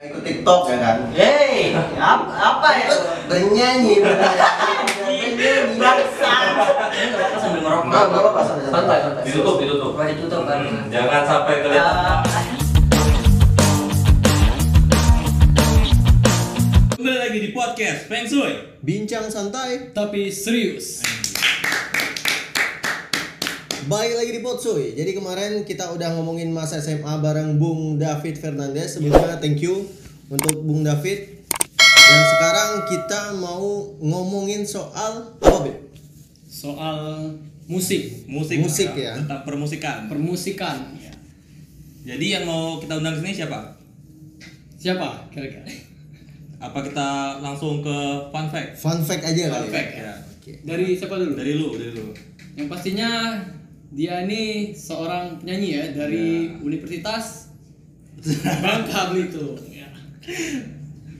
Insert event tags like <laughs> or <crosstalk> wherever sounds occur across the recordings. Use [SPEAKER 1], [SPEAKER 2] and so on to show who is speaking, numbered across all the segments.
[SPEAKER 1] TikTok ya kan
[SPEAKER 2] Hei, apa, apa ya?
[SPEAKER 1] bernyanyi
[SPEAKER 2] Iya.
[SPEAKER 1] bernyanyi
[SPEAKER 2] Bangsat. Ini nggak apa-apa sambil ngerokok.
[SPEAKER 1] Nggak, nggak apa-apa, santai, santai.
[SPEAKER 2] Santai, santai.
[SPEAKER 3] Ditutup, ditutup.
[SPEAKER 2] Coba ditutup kan.
[SPEAKER 3] Hmm, Jangan sampai kelihatan.
[SPEAKER 4] Kembali lagi di podcast Feng Shui.
[SPEAKER 5] Bincang santai,
[SPEAKER 4] Tapi serius.
[SPEAKER 5] balik lagi di Potsuy. Jadi kemarin kita udah ngomongin masa SMA bareng Bung David Fernandez. Sebelumnya thank you untuk Bung David. Dan sekarang kita mau ngomongin soal apa, Bib?
[SPEAKER 4] Soal musik,
[SPEAKER 6] musik
[SPEAKER 5] Musik ya.
[SPEAKER 6] tentang permusikan
[SPEAKER 4] permusikan.
[SPEAKER 6] jadi yang mau kita undang sini siapa
[SPEAKER 4] Siapa kira-kira?
[SPEAKER 6] apa kita langsung ke fun fact
[SPEAKER 5] Fun fact aja kali. ya?
[SPEAKER 6] ya
[SPEAKER 4] Dari siapa dulu?
[SPEAKER 6] dari lu dari lu
[SPEAKER 4] Yang pastinya dia ini seorang penyanyi ya dari Universitas Bangka Belitung.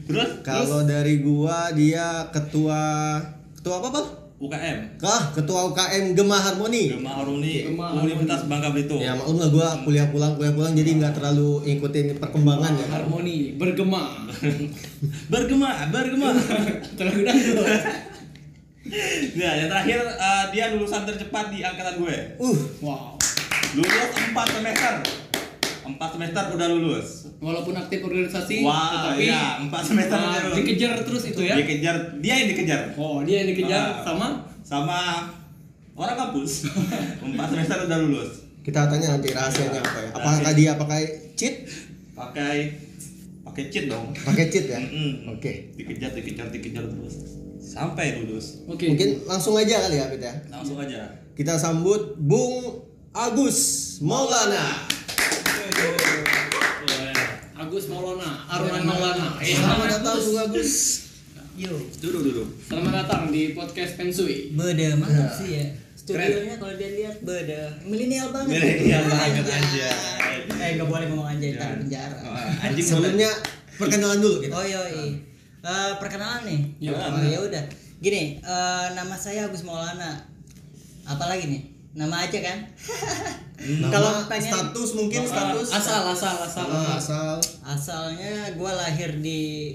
[SPEAKER 6] terus
[SPEAKER 5] Kalau dari gua dia ketua ketua apa, Pak?
[SPEAKER 6] UKM
[SPEAKER 5] Kah, ketua UKM Gema Harmoni.
[SPEAKER 6] Gema Aruni
[SPEAKER 4] Gema Aruni.
[SPEAKER 6] Universitas Bangka Belitung
[SPEAKER 5] Ya maklum lah gua kuliah pulang kuliah pulang jadi nggak terlalu ngikutin perkembangan ya.
[SPEAKER 4] Harmoni bergema.
[SPEAKER 6] bergema bergema
[SPEAKER 4] Terlalu dahulu.
[SPEAKER 6] nah yang terakhir eh, dia lulusan tercepat di angkatan gue
[SPEAKER 5] Uh,
[SPEAKER 4] Wow.
[SPEAKER 6] lulus 4 semester 4 semester udah lulus
[SPEAKER 4] Walaupun aktif organisasi,
[SPEAKER 6] Wah,
[SPEAKER 4] tetapi
[SPEAKER 6] iya, empat semester
[SPEAKER 4] ah,
[SPEAKER 6] dulu.
[SPEAKER 4] dikejar terus itu ya.
[SPEAKER 6] dikejar dia yang dikejar
[SPEAKER 4] Oh, dia yang dikejar
[SPEAKER 6] Ah.
[SPEAKER 4] sama
[SPEAKER 6] sama orang kampus <laughs> 4 semester udah lulus
[SPEAKER 5] kita tanya nanti rahasianya apa ya? Apakah dia pakai cheat?
[SPEAKER 6] pakai pakai cheat dong
[SPEAKER 5] Pakai cheat ya?
[SPEAKER 6] Mm-mm.
[SPEAKER 5] Oke.
[SPEAKER 6] dikejar dikejar dikejar terus sampai lulus
[SPEAKER 4] Oke.
[SPEAKER 5] Mungkin langsung aja kali ya kita.
[SPEAKER 6] langsung aja
[SPEAKER 5] Kita sambut Bung Agus Maulana.
[SPEAKER 4] Agus Maulana, Arman Maulana. Eh,
[SPEAKER 5] Selamat datang Bung Agus.
[SPEAKER 6] dulu dulu
[SPEAKER 4] Selamat datang di podcast Pensui.
[SPEAKER 2] Beda mantap
[SPEAKER 5] Nah,
[SPEAKER 2] sih ya. Studionya kalau dia lihat beda milenial banget.
[SPEAKER 6] Milenial banget, anjay.
[SPEAKER 2] Eh nggak boleh ngomong anjay ntar di penjara.
[SPEAKER 6] Ah, anjing
[SPEAKER 5] Sebelumnya perkenalan dulu kita.
[SPEAKER 2] Oh yoi. Eh, perkenalan nih.
[SPEAKER 4] Iya,
[SPEAKER 2] oh, ya udah. Gini, eh, nama saya Agus Maulana. Apalagi nih? Nama aja kan?
[SPEAKER 5] Kalau status mungkin
[SPEAKER 1] Eh,
[SPEAKER 5] status
[SPEAKER 4] Asal, asal, asal.
[SPEAKER 5] Ah, asal
[SPEAKER 2] Asalnya gue lahir di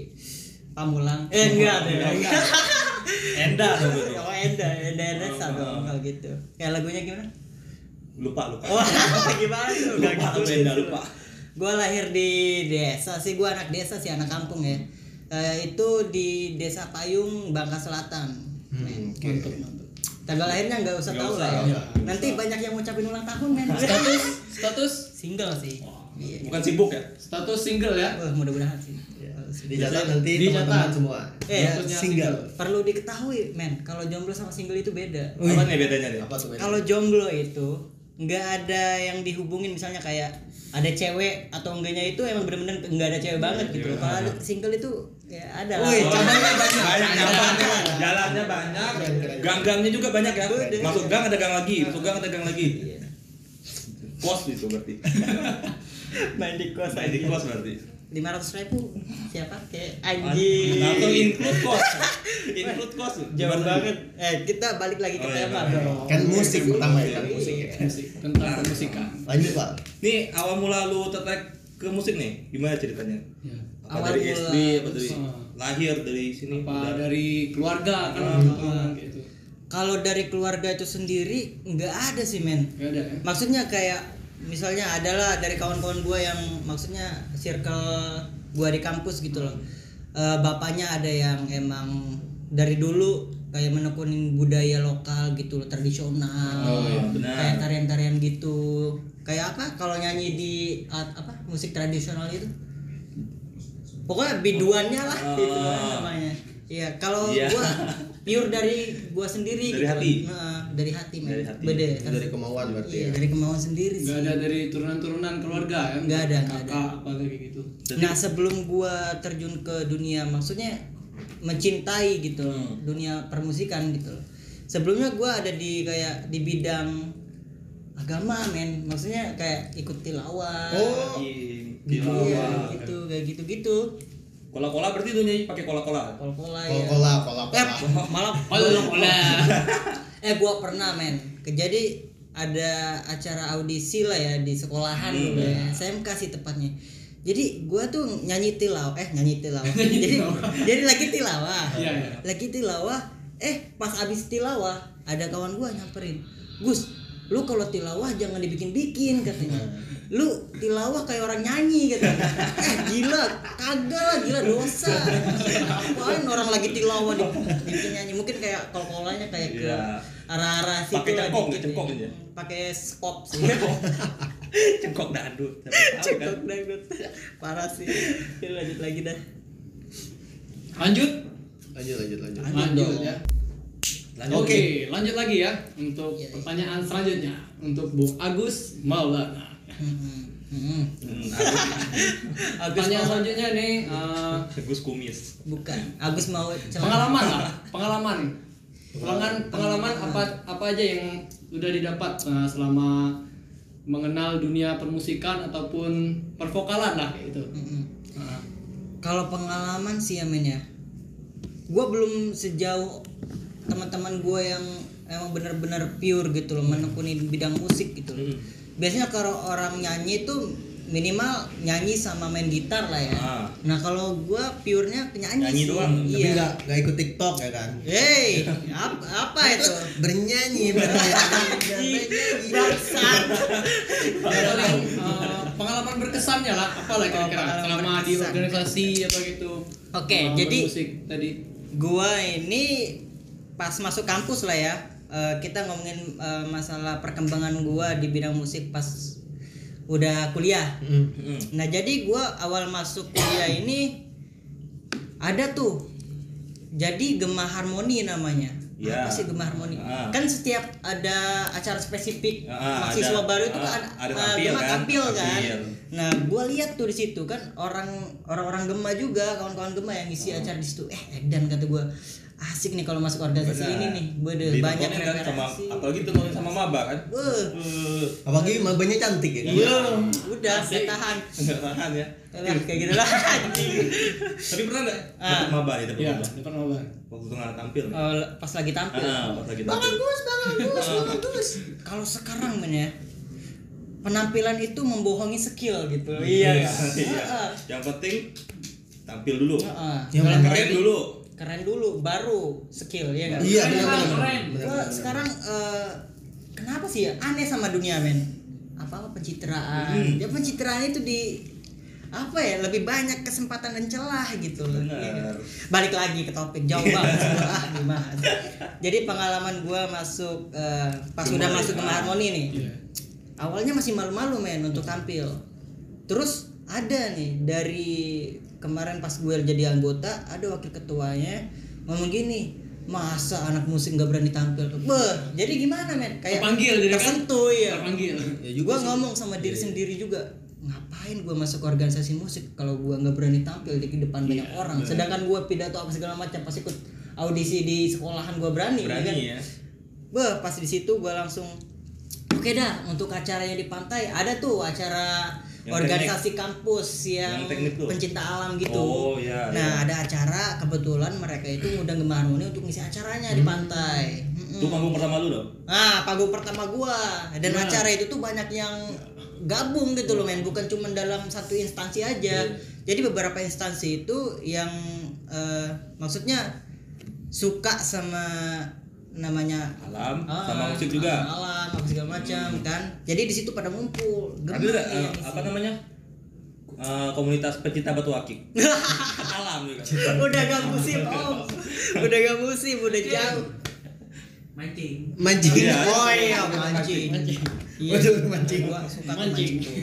[SPEAKER 2] Pamulang. Eh enggak deh. Enggak. <laughs> Enda dong. Oh Enda, Enda Enda sah dong kalau gitu. Kayak lagunya gimana?
[SPEAKER 6] lupa lupa
[SPEAKER 2] <laughs> Wah, gimana tuh? Enggak
[SPEAKER 6] Lupa,
[SPEAKER 2] gitu
[SPEAKER 6] Enda, lupa.
[SPEAKER 2] Gue lahir di desa sih, gue anak desa sih, anak kampung ya. Eh, itu di Desa Payung, Bangka Selatan. Men.
[SPEAKER 4] Mantap, mantap.
[SPEAKER 2] Tanggal lahirnya Hmm, nggak usah
[SPEAKER 6] Nggak
[SPEAKER 2] tahu
[SPEAKER 6] usah,
[SPEAKER 2] lah
[SPEAKER 6] nggak
[SPEAKER 2] ya. Nanti banyak yang ngucapin ulang tahun men.
[SPEAKER 4] Status, status,
[SPEAKER 2] Single sih. Iya.
[SPEAKER 6] bukan sibuk ya
[SPEAKER 4] status single ya.
[SPEAKER 2] Wah, mudah-mudahan sih.
[SPEAKER 5] dicatat nanti
[SPEAKER 4] Dicatat.
[SPEAKER 5] teman-teman semua.
[SPEAKER 2] Eh,
[SPEAKER 5] Ya,
[SPEAKER 4] maksudnya
[SPEAKER 5] single.
[SPEAKER 2] Perlu diketahui, men, kalau jomblo sama single itu beda.
[SPEAKER 6] apa nih bedanya nih
[SPEAKER 5] Apa tuh?
[SPEAKER 2] Kalau jomblo itu nggak ada yang dihubungin misalnya kayak ada cewek atau enggaknya itu emang bener-bener nggak ada cewek banget gitu. Kalau ada single itu ya ada lah.
[SPEAKER 5] Iya, Wih,
[SPEAKER 2] Oh,
[SPEAKER 5] cabangnya banyak.
[SPEAKER 6] banyak
[SPEAKER 2] Jalannya.
[SPEAKER 6] jalannya jalannya banyak
[SPEAKER 5] Keren, keren.
[SPEAKER 6] gang-gangnya juga banyak ya masuk gang ada gang lagi masuk gang ada gang lagi
[SPEAKER 2] Iya.
[SPEAKER 6] kos itu berarti
[SPEAKER 2] <laughs> main di kos
[SPEAKER 6] Main di kos berarti
[SPEAKER 2] lima ratus ribu siapa kayak
[SPEAKER 6] langsung
[SPEAKER 2] anjing
[SPEAKER 6] include <laughs> kos include kos
[SPEAKER 2] jauh
[SPEAKER 6] Berarti.
[SPEAKER 2] banget eh kita balik lagi ke
[SPEAKER 6] Oh, iya,
[SPEAKER 2] tema
[SPEAKER 6] iya.
[SPEAKER 2] dong
[SPEAKER 5] Kan musik pertama ya, kan musik ya.
[SPEAKER 4] Musik, tentang musikan.
[SPEAKER 5] Lanjut, Pak.
[SPEAKER 6] Nih awal mula lu tertarik ke musik nih, gimana ceritanya?
[SPEAKER 4] Ya.
[SPEAKER 6] Apa
[SPEAKER 2] Awal
[SPEAKER 6] dari
[SPEAKER 2] mula. Hmm.
[SPEAKER 6] SD, apa dari
[SPEAKER 4] Ah.
[SPEAKER 6] lahir dari sini?
[SPEAKER 4] Apa
[SPEAKER 6] udah?
[SPEAKER 4] dari keluarga kan? Ah, gitu.
[SPEAKER 2] kalau dari keluarga itu sendiri nggak ada sih men
[SPEAKER 4] Gak ada ya.
[SPEAKER 2] maksudnya kayak misalnya adalah dari kawan-kawan gue yang maksudnya circle gue di kampus gitu loh Eh, bapaknya ada yang emang dari dulu kayak menekunin budaya lokal gitu loh tradisional
[SPEAKER 6] Oh, iya, benar.
[SPEAKER 2] kayak tarian-tarian gitu kayak apa kalau nyanyi di at- apa musik tradisional itu pokoknya biduannya lah gitu
[SPEAKER 6] Oh.
[SPEAKER 2] namanya iya kalau
[SPEAKER 6] Iya.
[SPEAKER 2] gua pure dari gua sendiri
[SPEAKER 6] Dari
[SPEAKER 2] gitu
[SPEAKER 6] hati.
[SPEAKER 2] loh. Nah, dari hati men
[SPEAKER 6] Dari hati.
[SPEAKER 2] Beda, kan?
[SPEAKER 5] Dari kemauan berarti
[SPEAKER 2] Iya,
[SPEAKER 5] ya.
[SPEAKER 2] dari kemauan sendiri sih.
[SPEAKER 4] Gak ada dari turunan-turunan keluarga kan?
[SPEAKER 2] Nggak ada, nggak
[SPEAKER 4] Kakak,
[SPEAKER 2] ada.
[SPEAKER 4] apa lagi gitu.
[SPEAKER 6] Jadi-
[SPEAKER 2] Nah, sebelum gua terjun ke dunia maksudnya mencintai gitu loh,
[SPEAKER 5] Hmm.
[SPEAKER 2] dunia permusikan gitu loh. Sebelumnya gua ada di kayak di bidang agama men maksudnya kayak ikut tilawah
[SPEAKER 5] Oh,
[SPEAKER 6] Lagi di
[SPEAKER 2] Iya,
[SPEAKER 6] bawah.
[SPEAKER 2] gitu kayak gitu gitu
[SPEAKER 6] Kola-kola berarti lu nyanyi pakai
[SPEAKER 2] <laughs>
[SPEAKER 6] kola-kola.
[SPEAKER 2] kol-kola ya
[SPEAKER 5] Kola, kola,
[SPEAKER 2] eh
[SPEAKER 5] kola.
[SPEAKER 2] malah
[SPEAKER 4] Olah, olah.
[SPEAKER 2] <laughs> eh gua pernah men Ke- jadi ada acara audisi lah ya di sekolahan dulu ya SMK sih tepatnya jadi gua tuh nyanyi tilawah eh nyanyi tilawah jadi jadi lagi tilawah
[SPEAKER 4] Iya, iya.
[SPEAKER 2] lagi tilawah eh pas abis tilawah ada kawan gua nyamperin Gus lu kalau tilawah jangan dibikin-bikin katanya lu tilawah kayak orang nyanyi katanya eh gila kagak lah gila dosa Apaan orang lagi tilawah di- dibikin nyanyi mungkin kayak kol-kolanya kayak ke
[SPEAKER 6] Iya.
[SPEAKER 2] arah-arah situ
[SPEAKER 6] Pakai
[SPEAKER 2] lah
[SPEAKER 6] cengkok,
[SPEAKER 2] dikit
[SPEAKER 6] cengkok
[SPEAKER 2] ya.
[SPEAKER 6] aja.
[SPEAKER 2] pakai skop sih <laughs>
[SPEAKER 6] cengkok dangdut Siapa tahu kan?
[SPEAKER 2] cengkok dangdut parah sih Oke, lanjut lagi dah
[SPEAKER 4] Lanjut.
[SPEAKER 5] lanjut lanjut lanjut
[SPEAKER 4] Lanjut ya.
[SPEAKER 6] Lanjut.
[SPEAKER 4] Oke, lanjut lagi ya untuk
[SPEAKER 2] Iya, iya.
[SPEAKER 4] pertanyaan selanjutnya untuk Bung Agus Maulana.
[SPEAKER 2] Hmm, hmm.
[SPEAKER 6] Hmm, Agus-
[SPEAKER 2] Agus
[SPEAKER 4] Pertanyaan
[SPEAKER 2] mau
[SPEAKER 4] selanjutnya nih eh,
[SPEAKER 6] Agus kumis
[SPEAKER 2] bukan Agus mau celana.
[SPEAKER 4] pengalaman lah, pengalaman. Pengalaman pengalaman apa apa aja yang udah didapat eh, selama mengenal dunia permusikan ataupun pervokalan lah kayak gitu. itu.
[SPEAKER 2] Hmm.
[SPEAKER 4] Ah.
[SPEAKER 2] kalau pengalaman sih ya men ya gue belum sejauh teman-teman gue yang emang benar-benar pure gitu loh menekuni bidang musik gitu loh biasanya kalau orang nyanyi itu minimal nyanyi sama main gitar lah ya
[SPEAKER 6] Ah.
[SPEAKER 2] nah kalau gue purenya penyanyi
[SPEAKER 6] Nyanyi
[SPEAKER 2] sih.
[SPEAKER 6] doang,
[SPEAKER 5] tapi
[SPEAKER 2] iya
[SPEAKER 5] nggak nggak ikut TikTok ya kan
[SPEAKER 2] Hey, apa, apa itu? <laughs>
[SPEAKER 1] Bernyanyi bernyanyi
[SPEAKER 2] Bangsat.
[SPEAKER 4] Yang
[SPEAKER 2] Iya.
[SPEAKER 4] paling, eh, pengalaman berkesannya lah apalah kira-kira
[SPEAKER 2] pengalaman
[SPEAKER 4] selama di
[SPEAKER 2] berkesan.
[SPEAKER 4] organisasi atau gitu
[SPEAKER 2] Oke,
[SPEAKER 4] Pengalaman
[SPEAKER 2] jadi-
[SPEAKER 4] musik tadi
[SPEAKER 2] Gua ini pas masuk kampus lah ya. eh, kita ngomongin eh, masalah perkembangan gua di bidang musik pas udah kuliah.
[SPEAKER 6] Hmm.
[SPEAKER 2] Nah, jadi gua awal masuk kuliah ini ada tuh. Jadi Gema Harmoni namanya.
[SPEAKER 6] Ya.
[SPEAKER 2] Apa sih Gema Harmoni?
[SPEAKER 6] Ah.
[SPEAKER 2] Kan setiap ada acara spesifik
[SPEAKER 6] Ah,
[SPEAKER 2] mahasiswa
[SPEAKER 6] ada-
[SPEAKER 2] baru itu
[SPEAKER 6] ah,
[SPEAKER 2] kan
[SPEAKER 6] ada
[SPEAKER 2] eh,
[SPEAKER 6] tampil
[SPEAKER 2] Gema
[SPEAKER 6] kan?
[SPEAKER 2] tampil kan.
[SPEAKER 6] Tampil.
[SPEAKER 2] Nah, gua lihat tuh di situ kan orang orang-orang Gema juga, kawan-kawan Gema yang ngisi
[SPEAKER 6] Ah.
[SPEAKER 2] acara di situ. Eh, Edan kata gua asik nih kalau masuk organisasi ini nih. Gua ada banyak
[SPEAKER 6] Ditontonin Nah, kan sama
[SPEAKER 2] referensi.
[SPEAKER 6] apalagi ditontonin sama maba kan
[SPEAKER 2] Weh,
[SPEAKER 6] Eh,
[SPEAKER 5] apalagi mabanya cantik ya kan?
[SPEAKER 6] iya
[SPEAKER 2] udah saya tahan.
[SPEAKER 6] nggak tahan ya
[SPEAKER 2] Lah, kayak gitu lah. <laughs> anjing.
[SPEAKER 6] tapi pernah nggak
[SPEAKER 2] Ah.
[SPEAKER 6] dapet maba nih dapet
[SPEAKER 4] ya
[SPEAKER 6] maba
[SPEAKER 4] depan obat
[SPEAKER 6] waktu tengah tampil nih.
[SPEAKER 2] Oh, le- pas lagi tampil.
[SPEAKER 6] Ah, pas lagi
[SPEAKER 2] Bang
[SPEAKER 6] tampil.
[SPEAKER 2] Agus, Bang Agus, Bang Agus. Kalau sekarang men ya, penampilan itu membohongi skill gitu. Iya.
[SPEAKER 6] iya yang penting tampil dulu
[SPEAKER 2] Iya.
[SPEAKER 5] Yang
[SPEAKER 2] Dalam
[SPEAKER 6] keren
[SPEAKER 2] arti
[SPEAKER 6] dulu
[SPEAKER 2] Keren dulu, baru skill ya nggak?
[SPEAKER 5] iya
[SPEAKER 4] Keren,
[SPEAKER 5] benar
[SPEAKER 4] Bang,
[SPEAKER 5] benar
[SPEAKER 4] keren.
[SPEAKER 5] benar,
[SPEAKER 2] Gua
[SPEAKER 5] benar.
[SPEAKER 2] sekarang eh, kenapa sih ya aneh sama dunia men? Apa apa pencitraan? Ya pencitraan itu di apa ya lebih banyak kesempatan dan celah gitu loh. Iya nggak?
[SPEAKER 6] benar
[SPEAKER 2] balik lagi ke topik jauh banget sebelum- ah, dibahas. jadi pengalaman gua masuk eh, pas
[SPEAKER 6] Ke
[SPEAKER 2] udah
[SPEAKER 6] Mari,
[SPEAKER 2] masuk ke
[SPEAKER 6] ah.
[SPEAKER 2] harmoni nih
[SPEAKER 4] Iya.
[SPEAKER 2] awalnya masih malu-malu men untuk tampil terus ada nih dari kemarin pas gue jadi anggota ada wakil ketuanya ngomong gini masa anak musik nggak berani tampil Beuh, jadi gimana men kayak
[SPEAKER 4] Terpanggil jadi kan?
[SPEAKER 2] tersentuh ya
[SPEAKER 4] terpanggil
[SPEAKER 5] ya
[SPEAKER 2] gue ngomong sama diri sendiri juga ngapain gue masuk organisasi musik kalau gue nggak berani tampil di depan banyak orang sedangkan gue pidato apa segala macam pas ikut audisi di sekolahan gue berani, ya kan?
[SPEAKER 6] berani ya
[SPEAKER 2] Beh, pas di situ gue langsung oke dah untuk acaranya di pantai ada tuh acara
[SPEAKER 6] Yang
[SPEAKER 2] organisasi kampus yang,
[SPEAKER 6] Yang teknik tuh.
[SPEAKER 2] pencinta alam gitu.
[SPEAKER 6] Oh, iya,
[SPEAKER 2] nah
[SPEAKER 6] iya.
[SPEAKER 2] ada acara kebetulan mereka itu ngundang Gemah Harmoni untuk ngisi acaranya
[SPEAKER 6] Hmm.
[SPEAKER 2] di pantai. Mm-mm.
[SPEAKER 6] itu panggung pertama lu dong
[SPEAKER 2] Nah, panggung pertama gua dan
[SPEAKER 4] Gimana?
[SPEAKER 2] acara itu tuh banyak yang gabung gitu loh
[SPEAKER 6] Hmm.
[SPEAKER 2] men, bukan cuma dalam satu instansi aja.
[SPEAKER 6] Iya.
[SPEAKER 2] Jadi beberapa instansi itu yang eh, maksudnya suka sama namanya
[SPEAKER 6] alam
[SPEAKER 2] ah,
[SPEAKER 6] sama musik juga
[SPEAKER 2] alam apa segala macam kan. Jadi di situ pada ngumpul.
[SPEAKER 6] ada nggak eh, apa namanya Eh, komunitas pecinta batu akik
[SPEAKER 2] <laughs>
[SPEAKER 6] alam juga
[SPEAKER 2] <laughs> udah gak musim om, udah gak musim, udah jauh.
[SPEAKER 4] mancing
[SPEAKER 5] mancing
[SPEAKER 6] Iya.
[SPEAKER 2] Oh iya mancing. Iya,
[SPEAKER 5] Waduh, mancing.
[SPEAKER 2] Gua suka tuh
[SPEAKER 4] Mancing.
[SPEAKER 2] mancing tuh.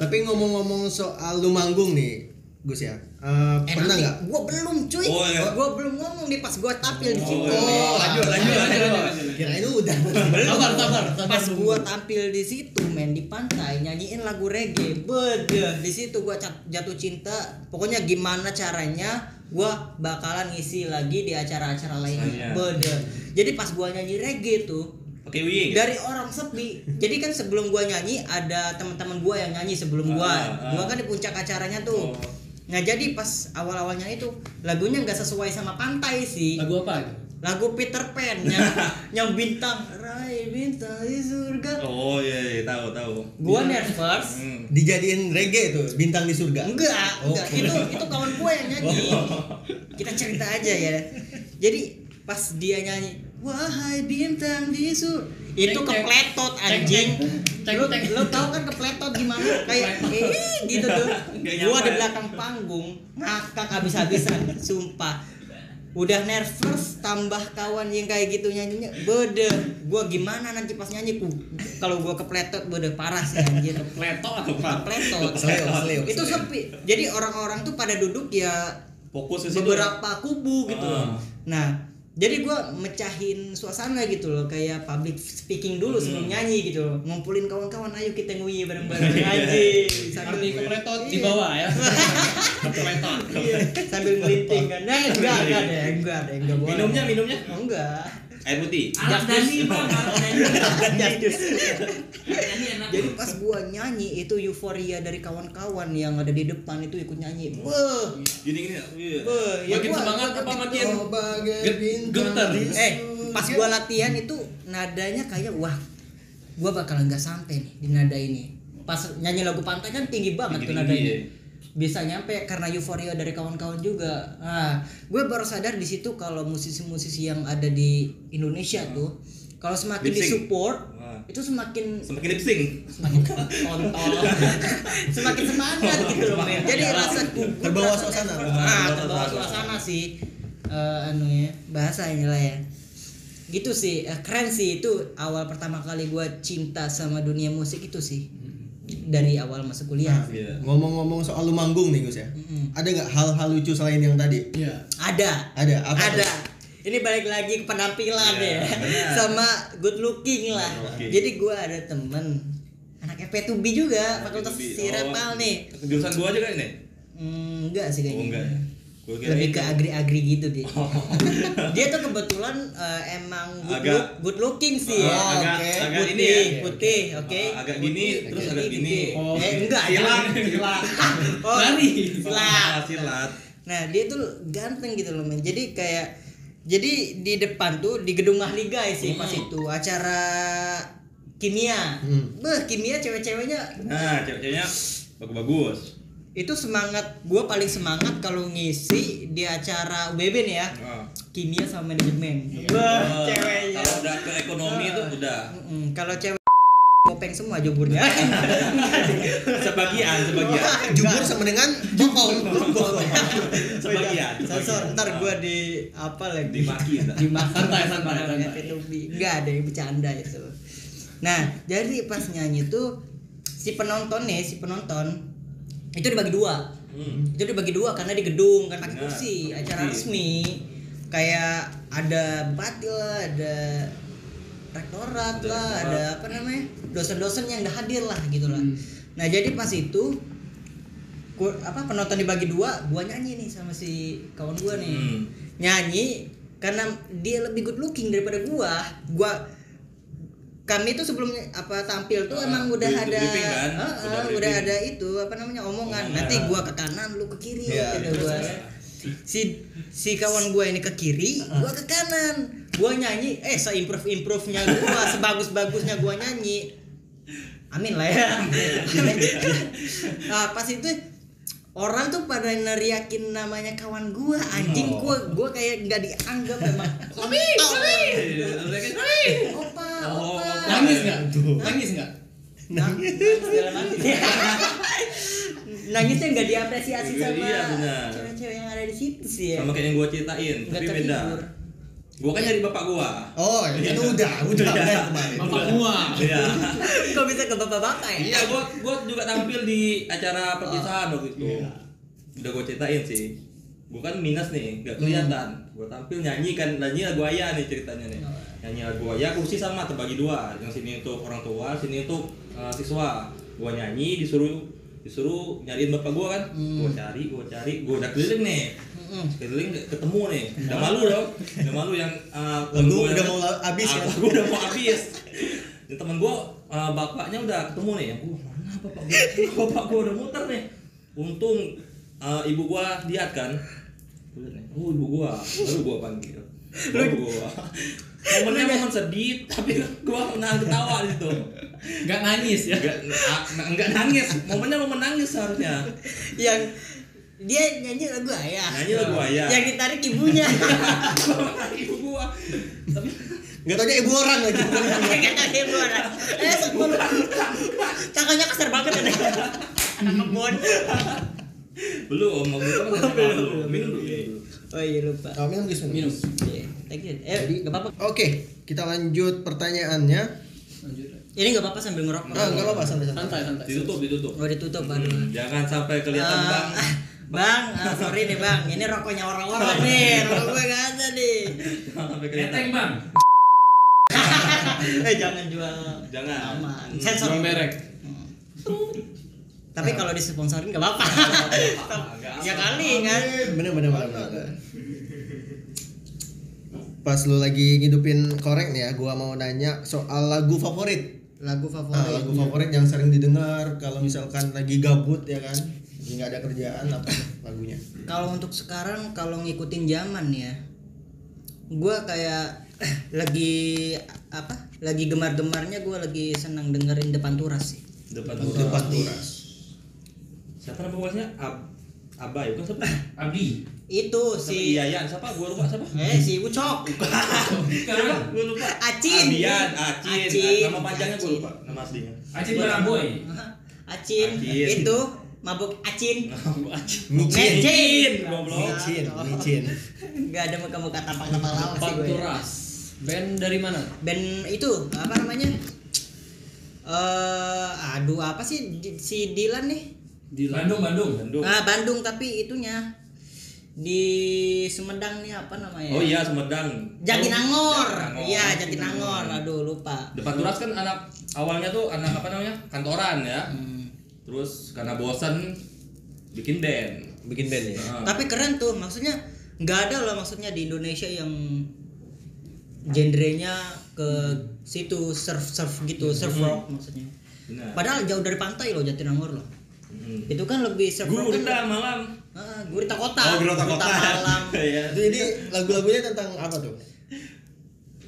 [SPEAKER 5] tapi ngomong-ngomong soal lu manggung nih Gus ya Eh,
[SPEAKER 2] Eh,
[SPEAKER 5] pernah
[SPEAKER 2] nanti
[SPEAKER 5] nggak
[SPEAKER 2] Gua belum cuy.
[SPEAKER 6] Oh, iya.
[SPEAKER 2] Gua belum ngomong nih pas gua tampil di situ.
[SPEAKER 6] Oh,
[SPEAKER 5] lanjut,
[SPEAKER 4] lanjut lanjut
[SPEAKER 5] kira itu udah
[SPEAKER 2] Belum.
[SPEAKER 4] Sabar, sabar, sabar
[SPEAKER 2] Pas
[SPEAKER 4] dulu.
[SPEAKER 2] gua tampil di situ men di pantai nyanyiin lagu reggae. Beda. Di situ gua cat- jatuh cinta. Pokoknya gimana caranya gua bakalan ngisi lagi di acara-acara lainnya.
[SPEAKER 6] Lainnya.
[SPEAKER 2] Beda. Jadi pas gua nyanyi reggae tuh
[SPEAKER 6] pakai wig
[SPEAKER 2] dari orang sepi jadi kan sebelum gua nyanyi ada teman-teman gua yang nyanyi sebelum gua
[SPEAKER 6] Ah, ah.
[SPEAKER 2] gua kan di puncak acaranya tuh
[SPEAKER 6] Oh.
[SPEAKER 2] nah jadi pas awal-awalnya itu lagunya nggak sesuai sama pantai sih
[SPEAKER 4] lagu apa itu
[SPEAKER 2] lagu Peter Pan yang yang bintang Rai bintang di surga
[SPEAKER 6] oh iya, iya tahu tahu
[SPEAKER 2] gua nervous
[SPEAKER 6] Hmm.
[SPEAKER 5] Dijadiin reggae tuh, bintang di surga.
[SPEAKER 2] Enggak, enggak.
[SPEAKER 5] Oke.
[SPEAKER 2] Itu itu kawan gue yang nyanyi. Kita cerita aja ya. Jadi pas dia nyanyi, "Wahai bintang bisu." Itu
[SPEAKER 4] Cek, cek.
[SPEAKER 2] kepletot
[SPEAKER 4] Cek,
[SPEAKER 2] anjing.
[SPEAKER 4] cek.
[SPEAKER 2] Lu,
[SPEAKER 4] Cek, cek.
[SPEAKER 2] lu tau kan kepletot gimana? Kayak eh gitu tuh.
[SPEAKER 6] Nggak
[SPEAKER 2] Gua
[SPEAKER 6] nyampe.
[SPEAKER 2] di belakang panggung ngakak habis-habisan, sumpah. Udah nervous tambah kawan yang kayak gitu nyanyinya. Bede, gua gimana nanti pas nyanyi ku kalau gua kepletot bede parah sih anjir.
[SPEAKER 4] Kleto atau apa?
[SPEAKER 2] Kepletot.
[SPEAKER 5] Seleo, seleo.
[SPEAKER 2] itu
[SPEAKER 5] seleo.
[SPEAKER 2] sepi jadi orang-orang tuh pada duduk ya
[SPEAKER 6] Fokus ke situ.
[SPEAKER 2] beberapa kubu gitu
[SPEAKER 6] Ah.
[SPEAKER 2] loh. nah jadi gua mecahin suasana gitu loh kayak public speaking dulu sebelum nyanyi gitu loh ngumpulin kawan-kawan ayo kita nguyi bareng-bareng aja
[SPEAKER 4] Arti
[SPEAKER 2] sambil
[SPEAKER 4] kepletot di bawah ya. Kepletot.
[SPEAKER 2] iya, sambil ngeliting kan nah, enggak enggak ada enggak ada enggak boleh
[SPEAKER 6] Minumnya, minumnya.
[SPEAKER 2] Oh, enggak
[SPEAKER 6] Air putih.
[SPEAKER 3] Alas Dani bang, alas Dani. Dani enak.
[SPEAKER 2] jadi pas gua nyanyi itu euforia dari kawan-kawan yang ada di depan itu ikut nyanyi Wah,
[SPEAKER 6] Gini-gini. Iya.
[SPEAKER 2] wah, ya
[SPEAKER 4] Makin
[SPEAKER 2] gua-
[SPEAKER 4] semangat apa makin
[SPEAKER 5] Oh, Sebagai
[SPEAKER 4] Ge- gemeter?
[SPEAKER 2] eh pas gua latihan itu nadanya kayak wah gua bakal nggak sampai nih di nada ini pas nyanyi lagu pantai kan tinggi banget tuh
[SPEAKER 6] Tinggi-tinggi,
[SPEAKER 2] nadanya
[SPEAKER 6] ya.
[SPEAKER 2] bisa nyampe karena euforia dari kawan-kawan juga nah gue baru sadar di situ kalau musisi-musisi yang ada di Indonesia tuh kalau semakin
[SPEAKER 6] Lip sync.
[SPEAKER 2] disupport
[SPEAKER 6] Ah.
[SPEAKER 2] itu semakin
[SPEAKER 6] Semakin lip sync.
[SPEAKER 2] semakin kontol semakin semangat gitu loh men jadi rasa gugup
[SPEAKER 5] Terbawa
[SPEAKER 2] rasa
[SPEAKER 5] suasana.
[SPEAKER 2] nervous. ah terbawa suasana sih Eh, anu ya bahasanya lah ya gitu sih eh, keren sih itu awal pertama kali gua cinta sama dunia musik itu sih dari awal masuk kuliah
[SPEAKER 5] Nah.
[SPEAKER 6] Iya.
[SPEAKER 5] Ngomong-ngomong soal lu manggung nih Gus ya.
[SPEAKER 2] Mm-mm.
[SPEAKER 5] Ada nggak hal-hal lucu selain yang tadi?
[SPEAKER 4] Iya.
[SPEAKER 2] ada
[SPEAKER 5] Ada. Apa
[SPEAKER 2] ada
[SPEAKER 5] tuh?
[SPEAKER 2] ini balik lagi ke penampilan
[SPEAKER 6] Iya,
[SPEAKER 2] ya sama good looking lah
[SPEAKER 6] Oke.
[SPEAKER 2] jadi gua ada temen anak FP2B juga fakultas sirepal nih
[SPEAKER 6] Iya. Jurusan gua aja kan ini.
[SPEAKER 2] Hmm, enggak sih kayaknya.
[SPEAKER 6] Oh enggak. Oh. ya? Gua kira
[SPEAKER 2] Lebih
[SPEAKER 6] ini.
[SPEAKER 2] ke agri-agri gitu dia. <laughs> dia tuh kebetulan eh, emang good,
[SPEAKER 6] Agak-
[SPEAKER 2] look- good looking sih
[SPEAKER 6] Ah,
[SPEAKER 2] ya.
[SPEAKER 6] agak-
[SPEAKER 2] Oke.
[SPEAKER 6] agak
[SPEAKER 2] putih,
[SPEAKER 6] ini ya.
[SPEAKER 2] putih, oke.
[SPEAKER 6] Ah, agak gini,
[SPEAKER 2] Putih,
[SPEAKER 6] terus
[SPEAKER 2] putih
[SPEAKER 6] agak gini. gitu.
[SPEAKER 2] dikit.
[SPEAKER 4] Oh,
[SPEAKER 2] eh, enggak,
[SPEAKER 6] silang,
[SPEAKER 2] jangan.
[SPEAKER 6] <laughs> silang.
[SPEAKER 2] Oh,
[SPEAKER 4] Lari.
[SPEAKER 2] Silang.
[SPEAKER 6] Ah, silat.
[SPEAKER 2] Nah, dia tuh ganteng gitu loh, men. Jadi kayak jadi di depan tuh di gedung Mahli guys sih pas
[SPEAKER 6] Hmm.
[SPEAKER 2] itu acara kimia.
[SPEAKER 5] Hmm.
[SPEAKER 2] Beh, kimia cewek-ceweknya
[SPEAKER 6] Nah, cewek-ceweknya bagus-bagus.
[SPEAKER 2] itu semangat gua paling semangat kalau ngisi di acara UBB nih ya
[SPEAKER 6] Ah.
[SPEAKER 2] kimia sama manajemen wah
[SPEAKER 6] Ah,
[SPEAKER 2] ceweknya
[SPEAKER 6] Kalau udah ke ekonomi itu udah
[SPEAKER 2] Mm-mm, kalau cewek kopeng semua juburnya
[SPEAKER 6] <laughs> sebagian, sebagian.
[SPEAKER 5] Jubur sama dengan
[SPEAKER 2] <laughs>
[SPEAKER 5] bokong.
[SPEAKER 6] Sebagian, sebagian.
[SPEAKER 2] sensor ntar gua di apa lagi
[SPEAKER 6] Dimaki, ntar.
[SPEAKER 2] dimaki
[SPEAKER 4] Santai, santai, santai.
[SPEAKER 2] nggak ada yang bercanda itu nah jadi pas nyanyi tuh si penonton nih si penonton itu dibagi dua
[SPEAKER 6] Hmm.
[SPEAKER 2] itu dibagi dua karena di gedung kan pakai
[SPEAKER 6] Nah,
[SPEAKER 2] kursi
[SPEAKER 6] pakai
[SPEAKER 2] acara
[SPEAKER 6] kursi.
[SPEAKER 2] resmi kayak ada bupati lah ada rektorat
[SPEAKER 6] Ada
[SPEAKER 2] lah
[SPEAKER 6] rektorat.
[SPEAKER 2] ada apa namanya dosen-dosen yang udah hadir lah gitu lah
[SPEAKER 4] Hmm.
[SPEAKER 2] nah jadi pas itu ku- apa penonton dibagi dua gua nyanyi nih sama si kawan gua nih
[SPEAKER 6] Hmm.
[SPEAKER 2] nyanyi karena dia lebih good looking daripada gua gua kami tuh sebelum apa tampil tuh
[SPEAKER 6] Ah,
[SPEAKER 2] emang udah
[SPEAKER 6] briefing-
[SPEAKER 2] ada
[SPEAKER 6] briefing kan?
[SPEAKER 2] Ah, ah,
[SPEAKER 6] Udah
[SPEAKER 2] udah
[SPEAKER 6] briefing.
[SPEAKER 2] ada itu apa namanya omongan
[SPEAKER 6] Omongan.
[SPEAKER 2] nanti gua ke kanan lu ke kiri
[SPEAKER 5] Iya,
[SPEAKER 2] gitu gua si si kawan gua ini ke kiri gua ke kanan gua nyanyi eh se improve improve nya
[SPEAKER 5] <laughs>
[SPEAKER 2] gua sebagus bagusnya gua nyanyi amin lah
[SPEAKER 5] Iya.
[SPEAKER 2] ya Amin. nah pas itu orang tuh pada neriakin namanya kawan gua
[SPEAKER 5] Oh.
[SPEAKER 2] anjing gua gua kayak nggak dianggap emang kontol. opa
[SPEAKER 6] Oh,
[SPEAKER 2] opa
[SPEAKER 6] opa.
[SPEAKER 4] Nangis enggak? Nangis enggak?
[SPEAKER 2] nangis dalam hati. <laughs> nangisnya nggak diapresiasi
[SPEAKER 6] Iya,
[SPEAKER 2] sama
[SPEAKER 6] iya, benar.
[SPEAKER 2] cewek-cewek yang ada di situ sih ya
[SPEAKER 6] Sama kayak yang gua ceritain,
[SPEAKER 2] Nggak
[SPEAKER 6] tapi beda.
[SPEAKER 2] terhibur. <laughs>
[SPEAKER 6] Gua kan nyari bapak gua.
[SPEAKER 5] Oh, kan udah, udah,
[SPEAKER 6] Iya.
[SPEAKER 5] udah kemarin.
[SPEAKER 4] Bapak gua.
[SPEAKER 6] Iya.
[SPEAKER 2] kok bisa ke bapak-bapak ya
[SPEAKER 6] Iya, gua gua juga tampil di acara perpisahan waktu itu. Udah gua ceritain sih. Gua kan minus nih, nggak kelihatan. Gua tampil nyanyi kan, nyanyi lagu ayah nih ceritanya nih. Nyanyi lagu ayah, kursi sama terbagi dua. Yang sini untuk orang tua, sini untuk uh, siswa. Gua nyanyi disuruh disuruh nyariin bapak gua kan. Gua cari, gua cari, gua udah keliling nih.
[SPEAKER 2] Mm-mm.
[SPEAKER 6] Keliling nggak ketemu nih. Udah malu dong. Udah malu yang uh,
[SPEAKER 5] Lagu
[SPEAKER 6] gua-
[SPEAKER 5] udah mau la- habis ya?
[SPEAKER 6] Lagu udah mau habis. Dan temen gue bapaknya udah ketemu nih ya gue mana bapak gue bapak gue udah muter nih untung eh, ibu gue lihat kan Gua liat nih, oh ibu gue baru gue panggil baru gue momennya momen sedih tapi gua nahan ketawa di situ
[SPEAKER 4] Gak nangis ya.
[SPEAKER 6] nggak na- nggak nangis momennya momen nangis seharusnya
[SPEAKER 2] yang dia nyanyi lagu ayah
[SPEAKER 6] Nyanyi lagu ayah.
[SPEAKER 5] Ya, gitu.
[SPEAKER 2] yang ditarik
[SPEAKER 6] <laughs>
[SPEAKER 2] ibunya
[SPEAKER 6] ibu gua tapi
[SPEAKER 5] Gak taunya ibu orang lagi.
[SPEAKER 2] Kayak ada ibu orang. eh sepuluh tangannya kasar banget ada anak bon
[SPEAKER 6] belum waktu itu kan nggak nyaman dulu minum dulu minum dulu.
[SPEAKER 2] oh iya lupa
[SPEAKER 5] Oh, minum guys, minum.
[SPEAKER 4] Minum.
[SPEAKER 2] Iya, thank you eh nggak apa-apa
[SPEAKER 5] Oke, kita lanjut pertanyaannya.
[SPEAKER 4] Lanjut.
[SPEAKER 2] ini nggak apa-apa sambil ngerokok
[SPEAKER 5] Ah, enggak apa-apa santai-santai.
[SPEAKER 4] Santai santai.
[SPEAKER 6] ditutup ditutup
[SPEAKER 2] oh ditutup aduh
[SPEAKER 6] Hmm, jangan sampai kelihatan
[SPEAKER 2] Ah,
[SPEAKER 6] bang
[SPEAKER 2] <laughs> Bang, ah, sorry nih bang, ini rokoknya orang-orang nih, rokok gue gak ada nih <laughs>
[SPEAKER 6] jangan sampai kelihatan
[SPEAKER 3] Neteng bang.
[SPEAKER 2] Eh jangan jual
[SPEAKER 6] jangan
[SPEAKER 2] Aman.
[SPEAKER 6] Hmm.
[SPEAKER 2] Sensor.
[SPEAKER 4] Jual merek.
[SPEAKER 2] Tapi kalau disponsorin gak apa-apa
[SPEAKER 6] Nggak
[SPEAKER 2] <laughs> Ya kali, kan
[SPEAKER 5] Bener bener bener. bener. Pas lu lagi ngidupin korek nih ya, gua mau nanya soal lagu favorit.
[SPEAKER 2] Lagu
[SPEAKER 5] Ah, lagu favorit yang sering didengar kalau misalkan lagi gabut ya kan, lagi nggak ada kerjaan apa lagunya.
[SPEAKER 2] Kalau untuk sekarang, kalau ngikutin zaman nih ya Gue kayak <laughs> lagi apa lagi gemar-gemarnya gue lagi senang dengerin depan turas sih
[SPEAKER 6] depan
[SPEAKER 5] Lagu
[SPEAKER 6] tuh
[SPEAKER 5] Depan Turas.
[SPEAKER 6] siapa nama pokoknya ab abai bukan siapa
[SPEAKER 3] Abdi.
[SPEAKER 2] itu Oh,
[SPEAKER 6] si
[SPEAKER 2] si
[SPEAKER 6] Yayan siapa gua lupa siapa
[SPEAKER 2] eh si Ucok
[SPEAKER 6] siapa
[SPEAKER 3] Bukan.
[SPEAKER 6] iya. gua lupa
[SPEAKER 2] Acin.
[SPEAKER 6] Abian Acin. Nah,
[SPEAKER 2] Acin.
[SPEAKER 6] nama panjangnya gua
[SPEAKER 2] Acin.
[SPEAKER 6] lupa nama aslinya
[SPEAKER 3] Aceh Baraboy.
[SPEAKER 2] Acin,
[SPEAKER 6] Acin.
[SPEAKER 2] itu mabuk Acin
[SPEAKER 6] Acin
[SPEAKER 2] Mecin. Iya.
[SPEAKER 6] goblok
[SPEAKER 5] Micin, micin.
[SPEAKER 2] nggak ada muka-muka tampang-tampang lawas sih gue
[SPEAKER 4] Panturas. Band dari mana?
[SPEAKER 2] band itu apa namanya eh aduh apa sih Di- si Dilan nih
[SPEAKER 4] Di
[SPEAKER 3] Bandung Bandung.
[SPEAKER 6] Bandung
[SPEAKER 2] ah Bandung tapi itunya di Sumedang nih apa namanya
[SPEAKER 6] oh iya Sumedang
[SPEAKER 2] Jatinangor
[SPEAKER 6] Jatinangor.
[SPEAKER 2] iya Jatinangor aduh lupa
[SPEAKER 6] depan turas kan anak awalnya tuh anak apa namanya kantoran ya
[SPEAKER 2] Hmm.
[SPEAKER 6] terus karena bosan bikin band
[SPEAKER 5] Bikin band ya.
[SPEAKER 6] Nah,
[SPEAKER 2] tapi keren tuh maksudnya nggak ada loh maksudnya di Indonesia yang genrenya ke situ surf surf gitu surf
[SPEAKER 6] Hmm.
[SPEAKER 2] rock maksudnya
[SPEAKER 6] benar
[SPEAKER 2] padahal jauh dari pantai loh Jatinangor loh
[SPEAKER 6] Hmm.
[SPEAKER 2] itu kan lebih surf rock kan
[SPEAKER 6] gurita malam
[SPEAKER 2] Ah, gurita kota.
[SPEAKER 6] oh gurita kota
[SPEAKER 2] malam.
[SPEAKER 6] <laughs> Iya.
[SPEAKER 5] Jadi lagu-lagunya tentang apa tuh?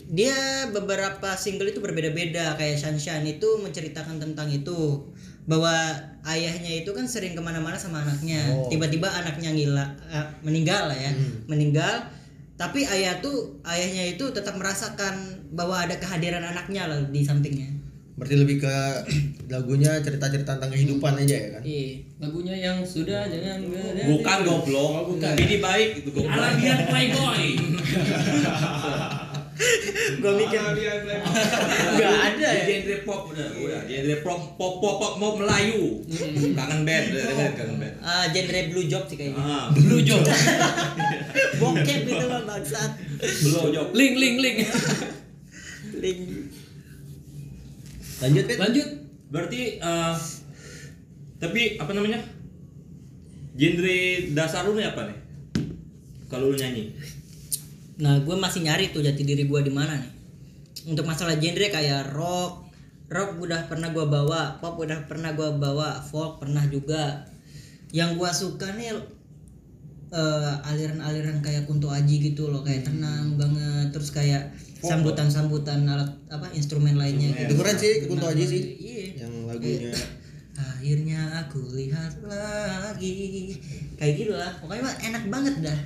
[SPEAKER 2] Dia beberapa single itu berbeda-beda kayak Shanshan itu menceritakan tentang itu bahwa ayahnya itu kan sering kemana-mana sama anaknya.
[SPEAKER 5] Oh.
[SPEAKER 2] Tiba-tiba anaknya ngila eh, meninggal lah ya,
[SPEAKER 5] Hmm.
[SPEAKER 2] meninggal. Tapi ayah tuh ayahnya itu tetap merasakan bahwa ada kehadiran anaknya lah di sampingnya.
[SPEAKER 5] Berarti lebih ke lagunya cerita-cerita tentang kehidupan aja ya kan?
[SPEAKER 2] Iya.
[SPEAKER 4] Lagunya yang sudah jangan berhenti.
[SPEAKER 6] bukan goblok
[SPEAKER 4] Oh, bukan.
[SPEAKER 6] ini baik itu goblok
[SPEAKER 3] Arabian Playboy.
[SPEAKER 2] Gua mikir
[SPEAKER 3] Arabian Playboy.
[SPEAKER 2] nggak ada
[SPEAKER 6] Di
[SPEAKER 2] ya.
[SPEAKER 6] <laughs> genre pop udah udah genre pop pop pop pop, pop Melayu kangen band udah dengerin kangen band
[SPEAKER 2] Ah, genre blue job sih kayaknya.
[SPEAKER 6] ah
[SPEAKER 4] Blue Joe.
[SPEAKER 2] Bokep itu mah bangsat.
[SPEAKER 6] belum jawab
[SPEAKER 4] Link link link.
[SPEAKER 2] Link.
[SPEAKER 5] Lanjut, Fit.
[SPEAKER 4] Lanjut.
[SPEAKER 6] berarti eh, tapi apa namanya genre dasar lu nih apa nih kalau lu nyanyi
[SPEAKER 2] Nah, gue masih nyari tuh jati diri gue di mana nih. Untuk masalah genre kayak rock, rock udah pernah gue bawa, pop udah pernah gue bawa, folk pernah juga. Yang gue suka nih eh, aliran-aliran kayak Kunto Aji gitu loh, kayak tenang banget, terus kayak sambutan-sambutan alat apa instrumen lainnya
[SPEAKER 6] Instrumen.
[SPEAKER 2] gitu.
[SPEAKER 5] Itu keren sih, Kunto Aji sih. Ya.
[SPEAKER 2] Iya.
[SPEAKER 5] Yang lagunya
[SPEAKER 2] Akhirnya aku lihat lagi Kayak gitu lah Pokoknya mah enak banget dah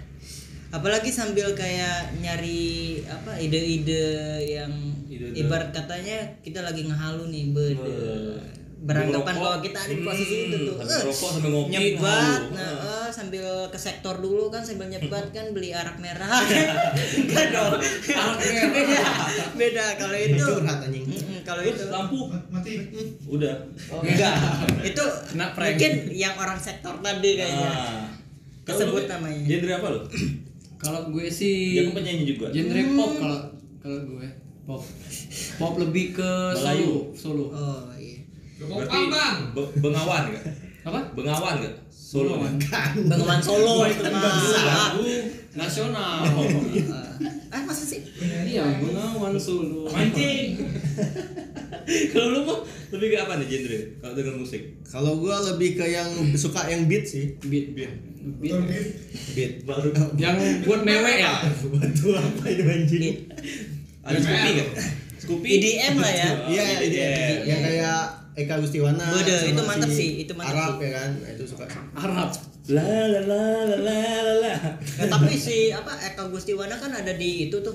[SPEAKER 2] Apalagi sambil kayak nyari apa ide-ide yang
[SPEAKER 6] Ide-ide.
[SPEAKER 2] ibarat katanya kita lagi ngehalu nih bede.
[SPEAKER 6] Wah.
[SPEAKER 2] beranggapan
[SPEAKER 6] Ngerokok.
[SPEAKER 2] bahwa kita ada di posisi
[SPEAKER 6] Hmm,
[SPEAKER 2] itu tuh
[SPEAKER 6] sambil
[SPEAKER 2] Eh,
[SPEAKER 6] ngerokok, sambil ngopi,
[SPEAKER 2] nyebat
[SPEAKER 6] ngehalu.
[SPEAKER 2] nah,
[SPEAKER 6] Ah.
[SPEAKER 2] eh, sambil ke sektor dulu kan sambil
[SPEAKER 6] <laughs>
[SPEAKER 2] nyebat kan beli arak merah <laughs> enggak dong beda beda kalau itu
[SPEAKER 5] curhat anjing.
[SPEAKER 2] Mm-mm, kalau itu
[SPEAKER 6] Terus lampu udah
[SPEAKER 2] enggak
[SPEAKER 6] iya.
[SPEAKER 2] itu
[SPEAKER 4] Kena prank.
[SPEAKER 2] mungkin yang orang sektor tadi kayaknya
[SPEAKER 6] Ah. Kalau
[SPEAKER 2] Iya, Kesebut
[SPEAKER 6] lu,
[SPEAKER 2] namanya.
[SPEAKER 6] Genre apa lu?
[SPEAKER 4] Kalau gue
[SPEAKER 6] Dia
[SPEAKER 4] sih
[SPEAKER 6] kan penyanyi juga.
[SPEAKER 2] Iya.
[SPEAKER 4] genre pop kalau kalau gue pop. Pop lebih ke
[SPEAKER 6] Melayu.
[SPEAKER 4] solo, solo.
[SPEAKER 2] oh iya
[SPEAKER 6] Berarti be- bengawan enggak?
[SPEAKER 4] Apa?
[SPEAKER 6] Bengawan enggak? Solo.
[SPEAKER 4] Bengawan.
[SPEAKER 2] Bengawan Solo itu mah
[SPEAKER 6] Lagu
[SPEAKER 4] Nasional.
[SPEAKER 2] ah masa sih
[SPEAKER 4] Iya, Bengawan Solo.
[SPEAKER 3] Mancing.
[SPEAKER 6] <laughs> kalau lu mah lebih ke apa nih genre? Kalau dengan musik.
[SPEAKER 5] Kalau gua lebih ke yang suka yang beat sih.
[SPEAKER 4] Beat. Beat.
[SPEAKER 5] Beat. Oh,
[SPEAKER 6] Baru
[SPEAKER 4] Yang buat mewek ya.
[SPEAKER 5] Bantu apa ini anjing?
[SPEAKER 6] Ada Scoopy nggak? Scoopy.
[SPEAKER 2] IDM lah
[SPEAKER 6] <laughs>
[SPEAKER 2] ya.
[SPEAKER 5] Iya,
[SPEAKER 6] Oh,
[SPEAKER 5] iya,
[SPEAKER 6] IDM.
[SPEAKER 5] yang kayak Eka Gustiwana.
[SPEAKER 2] Waduh,
[SPEAKER 5] sama
[SPEAKER 2] itu mantep
[SPEAKER 5] si
[SPEAKER 2] sih, itu mantep
[SPEAKER 5] Arab
[SPEAKER 2] sih.
[SPEAKER 5] ya kan, Nah, itu suka.
[SPEAKER 4] Arab
[SPEAKER 6] La la la la la la la.
[SPEAKER 2] Ya, tapi si apa Eka Gustiwana kan ada di itu tuh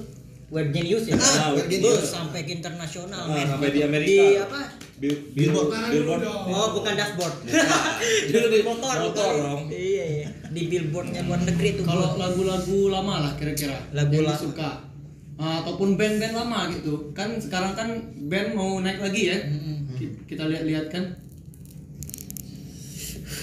[SPEAKER 2] web genius ya.
[SPEAKER 5] Ah,
[SPEAKER 6] Web
[SPEAKER 2] Bus,
[SPEAKER 6] Genius.
[SPEAKER 2] sampai ke internasional.
[SPEAKER 6] Ah,
[SPEAKER 2] men.
[SPEAKER 6] sampai di Amerika.
[SPEAKER 2] Di apa?
[SPEAKER 6] Bill-
[SPEAKER 5] Billboard.
[SPEAKER 6] Billboard.
[SPEAKER 2] Oh, bukan dashboard. <laughs>
[SPEAKER 6] Dulu di motor,
[SPEAKER 2] motor,
[SPEAKER 6] motor
[SPEAKER 2] motor.
[SPEAKER 6] dong.
[SPEAKER 2] Iya, iya. Di billboardnya luar negeri tuh.
[SPEAKER 4] kalau
[SPEAKER 2] Bos.
[SPEAKER 4] lagu-lagu lama lah kira-kira
[SPEAKER 2] Lagu
[SPEAKER 4] yang
[SPEAKER 2] lama.
[SPEAKER 4] suka Ah, ataupun band-band lama gitu kan sekarang kan band mau naik lagi ya Ki- kita lihat-lihat kan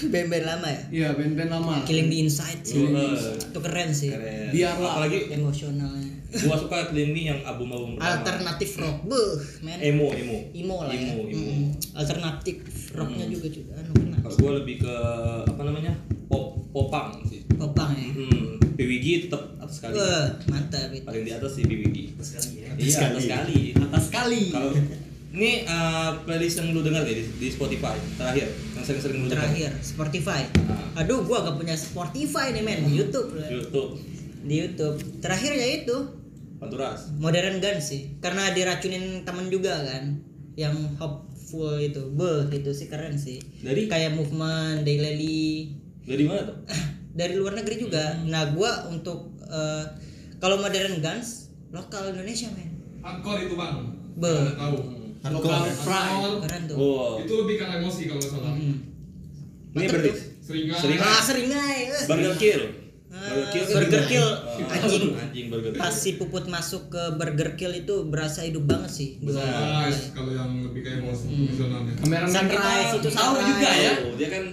[SPEAKER 2] band-band lama ya.
[SPEAKER 4] iya band-band lama
[SPEAKER 2] Killing the Inside sih.
[SPEAKER 6] Killing the Inside.
[SPEAKER 2] Itu keren sih.
[SPEAKER 6] Oh, eh. Keren.
[SPEAKER 4] Biarlah.
[SPEAKER 6] Apalagi
[SPEAKER 2] Emosionalnya.
[SPEAKER 6] gua suka Clean Me yang album-album pertama.
[SPEAKER 2] Alternatif rock. Beuh, men.
[SPEAKER 6] Emo, emo.
[SPEAKER 2] Imo lah ya.
[SPEAKER 6] Emo, emo. Hmm.
[SPEAKER 2] Mm. Alternatif rocknya juga juga anu kena.
[SPEAKER 6] Kalau gua lebih ke apa namanya? Pop popang sih.
[SPEAKER 2] Popang ya.
[SPEAKER 6] Hmm, PWG tetap atas sekali.
[SPEAKER 2] Wah, mantap itu.
[SPEAKER 6] Paling di atas sih PWG.
[SPEAKER 1] Terus kali ya.
[SPEAKER 6] Iya, atas sekali.
[SPEAKER 4] atas sekali
[SPEAKER 6] Kalau ini eh, playlist yang lu dengar nih di, di Spotify terakhir, yang sering-sering lu dengar.
[SPEAKER 2] Terakhir Spotify.
[SPEAKER 6] Ah. Iya.
[SPEAKER 2] Aduh, gua gak punya Spotify nih men di YouTube.
[SPEAKER 6] YouTube,
[SPEAKER 2] Di YouTube. Terakhir ya itu
[SPEAKER 6] Panturas.
[SPEAKER 2] Modern Gun sih. Karena diracunin temen juga kan yang hopeful itu. Beuh, itu sih keren sih.
[SPEAKER 6] Dari-
[SPEAKER 2] kayak movement Daily Ah,
[SPEAKER 6] Dari mana tuh?
[SPEAKER 2] dari luar negeri juga.
[SPEAKER 6] Hmm.
[SPEAKER 2] Nah, gua untuk eh, kalau Modern Guns lokal Indonesia men.
[SPEAKER 7] Hardcore itu bang.
[SPEAKER 2] Be.
[SPEAKER 7] Nggak Tahu.
[SPEAKER 4] Lokal
[SPEAKER 6] ya?
[SPEAKER 5] Hardcore.
[SPEAKER 4] fry.
[SPEAKER 7] Hardcore
[SPEAKER 2] Keren tuh.
[SPEAKER 6] Wow.
[SPEAKER 7] itu lebih karena emosi kalau nggak salah.
[SPEAKER 2] Hmm.
[SPEAKER 6] Ini
[SPEAKER 2] Mantep
[SPEAKER 6] berarti
[SPEAKER 2] tuh.
[SPEAKER 7] Seringai.
[SPEAKER 6] Seringai.
[SPEAKER 2] Ah, seringai. eh.
[SPEAKER 6] Burger Kill.
[SPEAKER 2] Ah,
[SPEAKER 6] Burger Kill.
[SPEAKER 2] Burger Kill.
[SPEAKER 6] Ah,
[SPEAKER 2] Anjing.
[SPEAKER 6] Anjing Burger Kill.
[SPEAKER 2] Pas si puput masuk ke Burger Kill itu berasa hidup banget sih. Gua-
[SPEAKER 6] Benar.
[SPEAKER 7] Guys, kalau yang lebih kayak emosi emosionalnya.
[SPEAKER 4] kameramen kita
[SPEAKER 2] Sunrise itu
[SPEAKER 4] tahu
[SPEAKER 2] sunrise.
[SPEAKER 4] juga ya
[SPEAKER 6] Oh, dia kan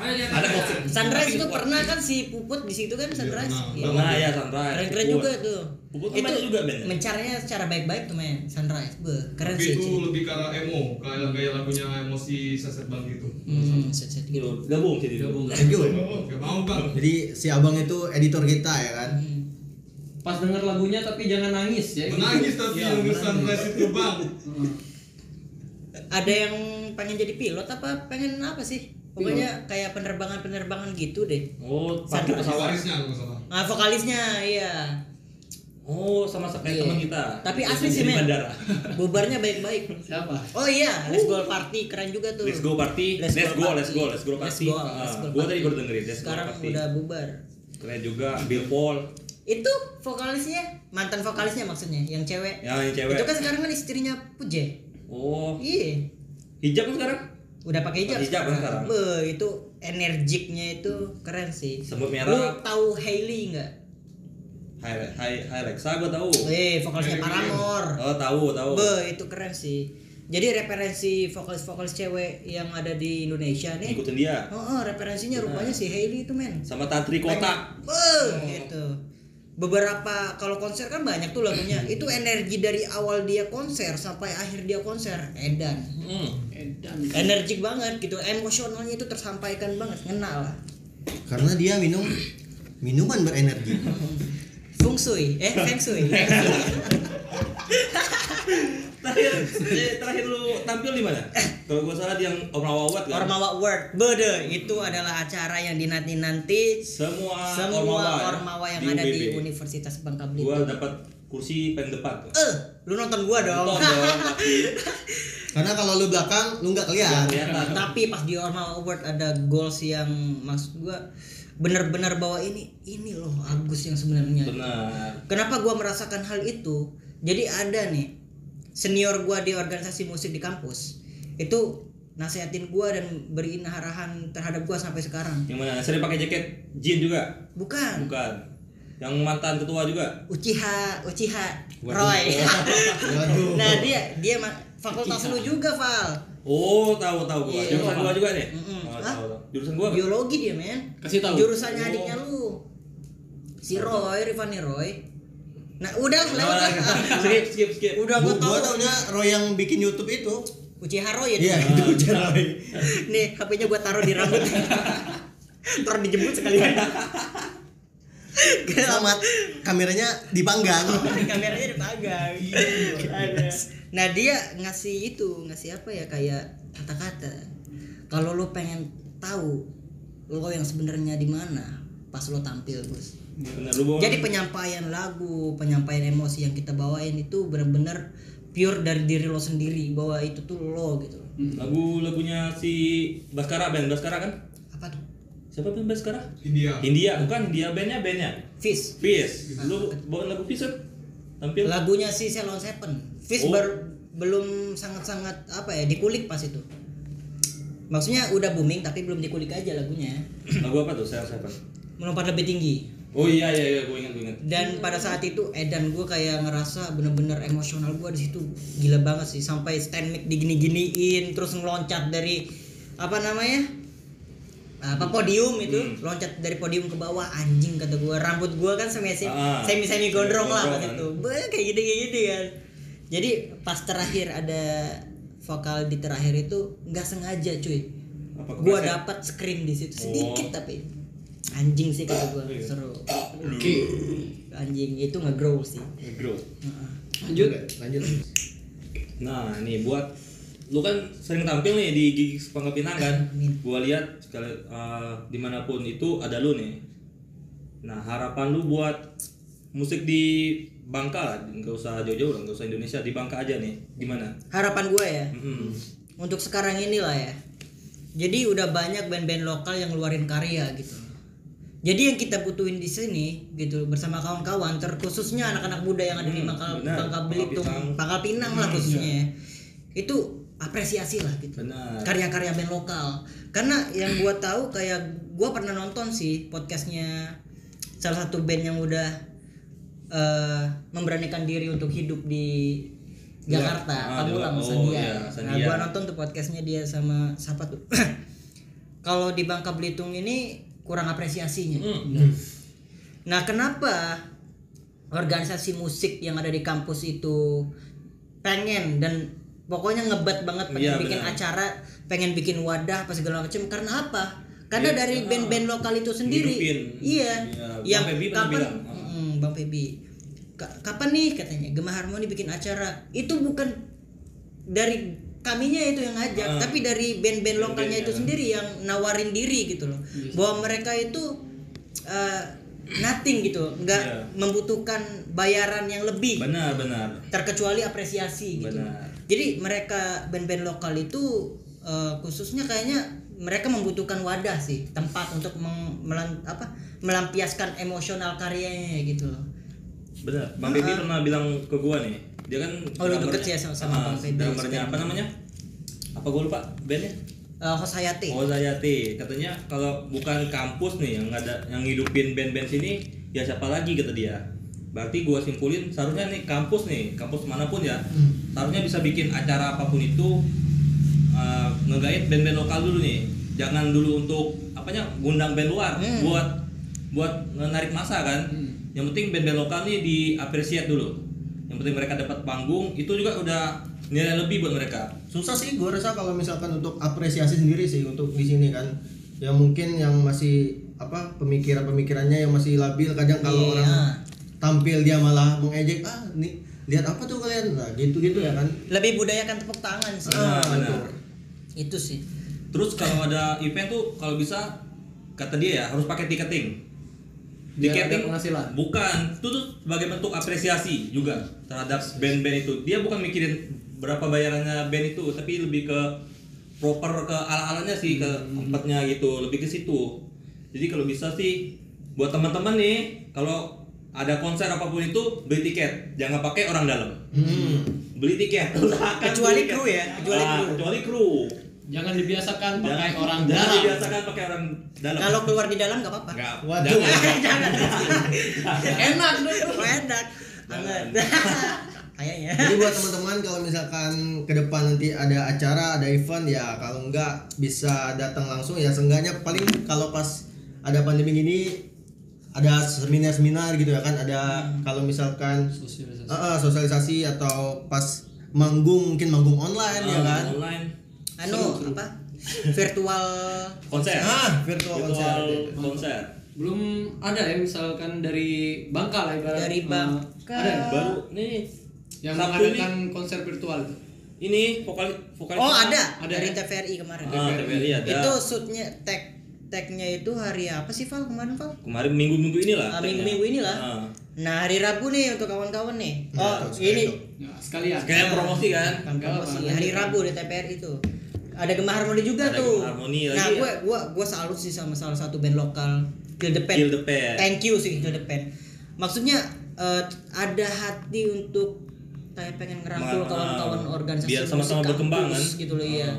[SPEAKER 7] Ada yang
[SPEAKER 6] ada konsep.
[SPEAKER 2] Sunrise itu pernah kan si puput di situ kan Sunrise.
[SPEAKER 7] Iya,
[SPEAKER 2] Iya.
[SPEAKER 6] Pernah ya Sunrise.
[SPEAKER 2] Keren-keren
[SPEAKER 6] Puput.
[SPEAKER 2] juga tuh.
[SPEAKER 6] Puput kan banyak juga bandnya.
[SPEAKER 2] mencaranya secara baik-baik tuh men Sunrise. Beuh, keren
[SPEAKER 7] Tapi
[SPEAKER 2] sih.
[SPEAKER 7] itu
[SPEAKER 2] sih.
[SPEAKER 7] lebih karena emo, kayak gaya lagunya emosi seset bang gitu.
[SPEAKER 2] Hmm, set-set gitu.
[SPEAKER 6] Gitu, Gabung sih dia. Gabung.
[SPEAKER 5] Thank you.
[SPEAKER 7] Oh, nggak mau bang.
[SPEAKER 5] Jadi si abang itu editor kita ya
[SPEAKER 6] Iya.
[SPEAKER 5] kan.
[SPEAKER 2] Hmm.
[SPEAKER 4] pas denger lagunya tapi jangan nangis ya
[SPEAKER 7] Menangis tapi yang ke sunrise itu bang.
[SPEAKER 2] ada yang pengen jadi pilot apa pengen apa sih pokoknya kayak penerbangan penerbangan gitu deh
[SPEAKER 6] Oh, pakai
[SPEAKER 2] Sunrise.
[SPEAKER 6] pesawat.
[SPEAKER 7] Warisnya kalau nggak salah.
[SPEAKER 2] nah vokalisnya iya
[SPEAKER 6] Oh, sama kayak
[SPEAKER 2] Iya.
[SPEAKER 6] teman kita.
[SPEAKER 2] tapi
[SPEAKER 6] Yang
[SPEAKER 2] asli sih
[SPEAKER 6] di
[SPEAKER 2] men
[SPEAKER 6] bandara.
[SPEAKER 2] bubarnya baik
[SPEAKER 6] <laughs>
[SPEAKER 2] baik
[SPEAKER 4] siapa
[SPEAKER 2] oh iya let's go party keren juga tuh
[SPEAKER 6] Let's go party, let's, go, let's go, let's go party.
[SPEAKER 2] Let's go,
[SPEAKER 6] Ah,
[SPEAKER 2] let's go
[SPEAKER 6] gua
[SPEAKER 2] party.
[SPEAKER 6] tadi baru dengerin let's
[SPEAKER 2] sekarang
[SPEAKER 6] go party.
[SPEAKER 2] udah bubar
[SPEAKER 6] Keren juga Bill Paul.
[SPEAKER 2] itu vokalisnya mantan vokalisnya maksudnya yang cewek
[SPEAKER 6] Ya, yang cewek.
[SPEAKER 2] itu kan sekarang kan istrinya Puje
[SPEAKER 6] Oh,
[SPEAKER 2] iya
[SPEAKER 6] hijab kan sekarang?
[SPEAKER 2] udah pakai hijab,
[SPEAKER 6] Pakai hijab kan sekarang.
[SPEAKER 2] Beuh, itu energiknya itu keren sih
[SPEAKER 6] Semut merah.
[SPEAKER 2] lu tahu Hailey nggak
[SPEAKER 6] Hai Hai Hai Rexa gua tahu.
[SPEAKER 2] eh vokalisnya Paramore
[SPEAKER 6] Oh, tahu, tahu.
[SPEAKER 2] Be, itu keren sih. Jadi referensi vokalis-vokalis cewek yang ada di Indonesia nih.
[SPEAKER 6] Ngikutin dia.
[SPEAKER 2] Oh, oh, referensinya
[SPEAKER 6] Nah.
[SPEAKER 2] rupanya si Hailey itu men.
[SPEAKER 6] Sama Tantri Kotak.
[SPEAKER 2] Be, gitu. Beberapa kalau konser kan banyak tuh lagunya.
[SPEAKER 6] Hmm.
[SPEAKER 2] itu energi dari awal dia konser sampai akhir dia konser. Edan.
[SPEAKER 6] Hmm.
[SPEAKER 4] Edan
[SPEAKER 2] Energik banget gitu. Emosionalnya itu tersampaikan banget, ngena lah.
[SPEAKER 5] Karena dia minum minuman berenergi.
[SPEAKER 2] Feng Shui, eh Feng Shui.
[SPEAKER 6] Terakhir eh, terakhir lu tampil di mana?
[SPEAKER 2] Eh.
[SPEAKER 6] Kalau gua salah di yang Ormawa Award kan.
[SPEAKER 2] Ormawa World. Beuh, itu adalah acara yang dinanti-nanti
[SPEAKER 6] Semua,
[SPEAKER 2] semua
[SPEAKER 6] Ormawa, ya,
[SPEAKER 2] ormawa yang ada di
[SPEAKER 6] UBB.
[SPEAKER 2] Universitas Bangka
[SPEAKER 6] Gua
[SPEAKER 2] Belitung.
[SPEAKER 6] dapat kursi paling depan tuh.
[SPEAKER 2] Eh, lu nonton gua dong.
[SPEAKER 6] Nonton dong, tapi
[SPEAKER 5] Karena kalau lu belakang lu nggak
[SPEAKER 6] nggak
[SPEAKER 5] kelihatan.
[SPEAKER 6] kelihatan.
[SPEAKER 2] Tapi pas di Ormawa Award ada goals yang maksud gua benar-benar bawa ini ini loh Agus yang sebenarnya.
[SPEAKER 6] Benar.
[SPEAKER 2] Kenapa gua merasakan hal itu? Jadi ada nih senior gua di organisasi musik di kampus itu nasehatin gua dan beri arahan terhadap gua sampai sekarang.
[SPEAKER 6] Yang mana? Sering pakai jaket jean juga?
[SPEAKER 2] Bukan.
[SPEAKER 6] Bukan. Yang mantan ketua juga?
[SPEAKER 2] Uchiha, Uchiha, Roy.
[SPEAKER 5] Waduh.
[SPEAKER 2] <laughs> nah dia dia ma- fakultas lu juga Val.
[SPEAKER 6] Oh, tahu tahu gua.
[SPEAKER 2] Iya.
[SPEAKER 6] Jurusan gua juga nih.
[SPEAKER 2] Mm-mm.
[SPEAKER 6] Oh,
[SPEAKER 2] Hah?
[SPEAKER 6] tahu, tahu. Jurusan gua. apa?
[SPEAKER 2] biologi dia men
[SPEAKER 4] Kasih tahu.
[SPEAKER 2] jurusannya adiknya lu si Roy Rifani Roy nah udah
[SPEAKER 6] Nah,
[SPEAKER 2] lewat
[SPEAKER 6] nah,
[SPEAKER 2] lah
[SPEAKER 6] nah. <laughs> skip skip skip.
[SPEAKER 2] <laughs> udah gua
[SPEAKER 5] Gua, gua
[SPEAKER 2] tahu
[SPEAKER 5] taunya Roy yang bikin YouTube itu.
[SPEAKER 2] Uci Roy ya
[SPEAKER 5] Iya, itu Ujian Roy.
[SPEAKER 2] <laughs> nih HP-nya gua taruh di rambut <laughs> ntar dijemput sekalian <laughs>
[SPEAKER 5] Sama kameranya dipanggang.
[SPEAKER 2] kameranya dipanggang Ada. nah dia ngasih itu ngasih apa ya kayak kata-kata kalau lo pengen tahu lo yang sebenarnya di mana pas lo tampil Gus
[SPEAKER 6] Bener, lu bawa-
[SPEAKER 2] Jadi penyampaian lagu, penyampaian emosi yang kita bawain itu benar-benar pure dari diri lo sendiri bahwa itu tuh lo gitu.
[SPEAKER 6] lagu-lagunya si Baskara band Baskara kan?
[SPEAKER 2] Apa tuh?
[SPEAKER 6] Siapa band Baskara?
[SPEAKER 7] India.
[SPEAKER 6] India, bukan India bandnya bandnya.
[SPEAKER 2] Fish.
[SPEAKER 6] Fizz, lu bawa lagu Fizz kan? Tampil.
[SPEAKER 2] Lagunya si Ceylon Seven. Fish
[SPEAKER 6] Oh.
[SPEAKER 2] baru- belum sangat-sangat apa ya dikulik pas itu. Maksudnya udah booming tapi belum dikulik aja lagunya.
[SPEAKER 6] Lagu apa tuh? Saya siapa?
[SPEAKER 2] Melompat lebih tinggi.
[SPEAKER 6] Oh iya iya iya, gue ingat gue ingat.
[SPEAKER 2] Dan pada saat itu Edan gue kayak ngerasa bener-bener emosional gue di situ gila banget sih sampai stand mic digini-giniin terus ngeloncat dari apa namanya apa podium itu
[SPEAKER 6] Hmm.
[SPEAKER 2] loncat dari podium ke bawah anjing kata gue rambut gue kan semi
[SPEAKER 6] Ah.
[SPEAKER 2] semi semi gondrong lah pas
[SPEAKER 6] Gondrong,
[SPEAKER 2] itu Beuh, kayak gini kayak gini kan jadi pas terakhir ada vokal di terakhir itu nggak sengaja cuy
[SPEAKER 6] Apa
[SPEAKER 2] gue
[SPEAKER 6] kepleset?
[SPEAKER 2] dapat scream di situ sedikit
[SPEAKER 6] Oh.
[SPEAKER 2] tapi anjing sih kata gue seru anjing itu nge-grow sih
[SPEAKER 6] Bro.
[SPEAKER 4] lanjut
[SPEAKER 5] lanjut
[SPEAKER 6] Nah, nih buat lu kan sering tampil nih di gigs Pangkep Pinang kan? Gua lihat sekali eh, dimanapun itu ada lu nih. Nah, harapan lu buat musik di Bangka lah, nggak usah jauh-jauh lah, nggak usah Indonesia di Bangka aja nih, gimana?
[SPEAKER 2] harapan gue ya
[SPEAKER 6] Mm-mm.
[SPEAKER 2] untuk sekarang inilah ya jadi udah banyak band-band lokal yang ngeluarin karya gitu jadi yang kita butuhin di sini gitu bersama kawan-kawan terkhususnya anak-anak muda yang ada di
[SPEAKER 6] Hmm,
[SPEAKER 2] Bangka-
[SPEAKER 6] benar.
[SPEAKER 2] Bangka
[SPEAKER 6] Bangka
[SPEAKER 2] Belitung
[SPEAKER 6] Pinang. Hmm, iya.
[SPEAKER 2] Bangka Pinang lah khususnya ya. itu apresiasi lah gitu
[SPEAKER 6] Benar.
[SPEAKER 2] karya-karya band lokal karena yang gua tahu kayak gua pernah nonton sih podcastnya salah satu band yang udah eh, memberanikan diri untuk hidup di Jakarta
[SPEAKER 6] Ah,
[SPEAKER 2] kamu
[SPEAKER 6] Jakarta.
[SPEAKER 2] sama
[SPEAKER 6] Oh,
[SPEAKER 2] Sandia.
[SPEAKER 6] iya,
[SPEAKER 2] Nah,
[SPEAKER 6] Sandia.
[SPEAKER 2] gua nonton tuh podcastnya dia sama siapa tuh <clears throat> kalau di Bangka Belitung ini kurang apresiasinya
[SPEAKER 6] Hmm.
[SPEAKER 2] nah kenapa organisasi musik yang ada di kampus itu pengen dan pokoknya ngebet banget pengen
[SPEAKER 6] Iya,
[SPEAKER 2] bikin
[SPEAKER 6] benar.
[SPEAKER 2] acara, pengen bikin wadah apa segala macam karena apa? Karena
[SPEAKER 6] Iya,
[SPEAKER 2] dari
[SPEAKER 6] ah,
[SPEAKER 2] band-band lokal itu sendiri.
[SPEAKER 6] dihidupin.
[SPEAKER 2] Iya.
[SPEAKER 6] Iya,
[SPEAKER 2] yang
[SPEAKER 6] Bang Febi pernah
[SPEAKER 2] kapan
[SPEAKER 6] bilang. Ah.
[SPEAKER 2] Mm, Bang Febi. "Ka- Kapan nih katanya Gema Harmoni bikin acara? Itu bukan dari kaminya itu yang ngajak,
[SPEAKER 6] Ah.
[SPEAKER 2] tapi dari band-band
[SPEAKER 6] Band-bandnya,
[SPEAKER 2] lokalnya itu
[SPEAKER 6] kan?
[SPEAKER 2] sendiri yang nawarin diri gitu loh. Bahwa mereka itu eh, nothing gitu, nggak
[SPEAKER 6] Iya.
[SPEAKER 2] membutuhkan bayaran yang lebih
[SPEAKER 6] Benar, benar.
[SPEAKER 2] terkecuali apresiasi gitu.
[SPEAKER 6] Benar.
[SPEAKER 2] Jadi mereka band-band lokal itu eh, khususnya kayaknya mereka membutuhkan wadah sih, tempat untuk meng- melan- apa, melampiaskan emosional karyanya gitu loh.
[SPEAKER 6] Benar. Bang Bibi pernah bilang ke gua nih. Dia kan
[SPEAKER 2] Ah, Oh, lu
[SPEAKER 6] drummernya-
[SPEAKER 2] deket ya sama- sama
[SPEAKER 6] Ah,
[SPEAKER 2] Bang Febi.
[SPEAKER 6] drummernya apa namanya? Apa gua lupa bandnya?
[SPEAKER 2] Eh, Host Hayati.
[SPEAKER 6] Oh Zayati, katanya kalau bukan kampus nih yang ada yang ngidupin band-band sini, ya siapa lagi kata dia. Berarti gua simpulin seharusnya nih kampus nih, kampus manapun ya, seharusnya bisa bikin acara apapun itu eh, ngegait band-band lokal dulu nih. Jangan dulu untuk apanya ngundang band luar
[SPEAKER 2] Hmm.
[SPEAKER 6] buat buat menarik masa kan. Yang penting band-band lokal nih diapresiat dulu. Yang penting mereka dapat panggung, itu juga udah nilai lebih buat mereka.
[SPEAKER 5] susah sih gue rasa kalau misalkan untuk apresiasi sendiri sih untuk di sini kan ya mungkin yang masih apa pemikiran pemikirannya yang masih labil kadang
[SPEAKER 2] Iya.
[SPEAKER 5] kalau orang tampil dia malah mengejek ah nih lihat apa tuh kalian nah gitu gitu ya kan
[SPEAKER 2] Lebih budayakan tepuk tangan sih.
[SPEAKER 6] Nah,
[SPEAKER 5] betul.
[SPEAKER 6] benar.
[SPEAKER 2] Itu sih.
[SPEAKER 6] Terus kalau ada event tuh kalau bisa kata dia ya harus pakai tiketing.
[SPEAKER 4] Biar ada penghasilan.
[SPEAKER 6] Bukan, itu tuh sebagai bentuk apresiasi juga terhadap band-band itu. Dia bukan mikirin berapa bayarannya band itu, tapi lebih ke proper ke ala-alanya sih ke
[SPEAKER 2] Hmm.
[SPEAKER 6] tempatnya gitu, lebih ke situ. Jadi kalau bisa sih buat teman-teman nih kalau ada konser apapun itu beli tiket, jangan pakai orang dalam. Beli tiket, usahakan
[SPEAKER 2] Hmm. <laughs> Kecuali
[SPEAKER 6] beli tiket.
[SPEAKER 2] kru ya, kecuali
[SPEAKER 6] Ah,
[SPEAKER 2] kru.
[SPEAKER 6] kecuali kru.
[SPEAKER 4] jangan dibiasakan pakai
[SPEAKER 6] Jangan-
[SPEAKER 4] orang
[SPEAKER 6] jangan
[SPEAKER 4] dalam
[SPEAKER 6] dibiasakan pakai orang dalam
[SPEAKER 2] Kalau keluar di dalam nggak apa-apa.
[SPEAKER 6] nggak
[SPEAKER 5] Waduh.
[SPEAKER 6] jangan
[SPEAKER 2] <laughs> Jangan.
[SPEAKER 4] enak dong
[SPEAKER 2] Oh, Enak. Banget. <laughs> Kayaknya.
[SPEAKER 5] jadi buat teman-teman kalau misalkan ke depan nanti ada acara ada event ya kalau enggak bisa datang langsung ya seenggaknya paling kalau pas ada pandemi gini ada seminar-seminar gitu ya kan ada kalau misalkan
[SPEAKER 4] sosialisasi
[SPEAKER 5] Heeh, sosialisasi atau pas manggung mungkin manggung online
[SPEAKER 6] Ah.
[SPEAKER 5] ya kan
[SPEAKER 6] online
[SPEAKER 2] Anu apa? Virtual
[SPEAKER 6] konser
[SPEAKER 5] ah virtual konser
[SPEAKER 6] virtual konser
[SPEAKER 4] belum ada ya misalkan dari Bangka lah ibarat
[SPEAKER 2] Dari
[SPEAKER 4] eh,
[SPEAKER 2] Bangka.
[SPEAKER 4] ada ya?
[SPEAKER 6] baru nih
[SPEAKER 4] yang
[SPEAKER 6] Sabtu
[SPEAKER 4] mengadakan konser virtual itu
[SPEAKER 6] ini vokal vokal
[SPEAKER 2] Oh, ada.
[SPEAKER 4] Ada
[SPEAKER 2] Dari
[SPEAKER 4] ya?
[SPEAKER 6] Oh,
[SPEAKER 2] TVRI kemarin.
[SPEAKER 6] ah TVRI ada
[SPEAKER 2] Itu shootnya tag tagnya itu hari apa sih Val kemarin Val?
[SPEAKER 6] Kemarin minggu-minggu inilah.
[SPEAKER 2] Ah,
[SPEAKER 6] tagnya.
[SPEAKER 2] minggu-minggu inilah.
[SPEAKER 6] Ah.
[SPEAKER 2] Nah hari Rabu nih untuk kawan-kawan nih.
[SPEAKER 5] Ya,
[SPEAKER 2] Oh
[SPEAKER 5] tahu sekali
[SPEAKER 2] ini
[SPEAKER 5] dong.
[SPEAKER 4] Nah, sekalian.
[SPEAKER 6] Sekalian
[SPEAKER 2] Ah.
[SPEAKER 6] promosi kan.
[SPEAKER 2] Bukan promosi,
[SPEAKER 4] Apa?
[SPEAKER 2] hari Rabu di TPR itu ada Gemah Harmoni juga
[SPEAKER 6] Ada
[SPEAKER 2] tuh.
[SPEAKER 6] Gemah Harmoni lagi
[SPEAKER 2] nah,
[SPEAKER 6] ya?
[SPEAKER 2] gue gua gua salut sih sama salah satu band lokal Kill the Pen.
[SPEAKER 6] Kill the Pen.
[SPEAKER 2] Thank you sih Kill the Pen. Maksudnya eh, ada hati untuk kayak pengen ngerangkul
[SPEAKER 6] Ma-
[SPEAKER 2] kawan-kawan
[SPEAKER 6] ah,
[SPEAKER 2] organisasi
[SPEAKER 6] biar
[SPEAKER 2] musik
[SPEAKER 6] sama-sama
[SPEAKER 2] kampus
[SPEAKER 6] berkembang, kan?
[SPEAKER 2] gitu loh iya.
[SPEAKER 6] Ah.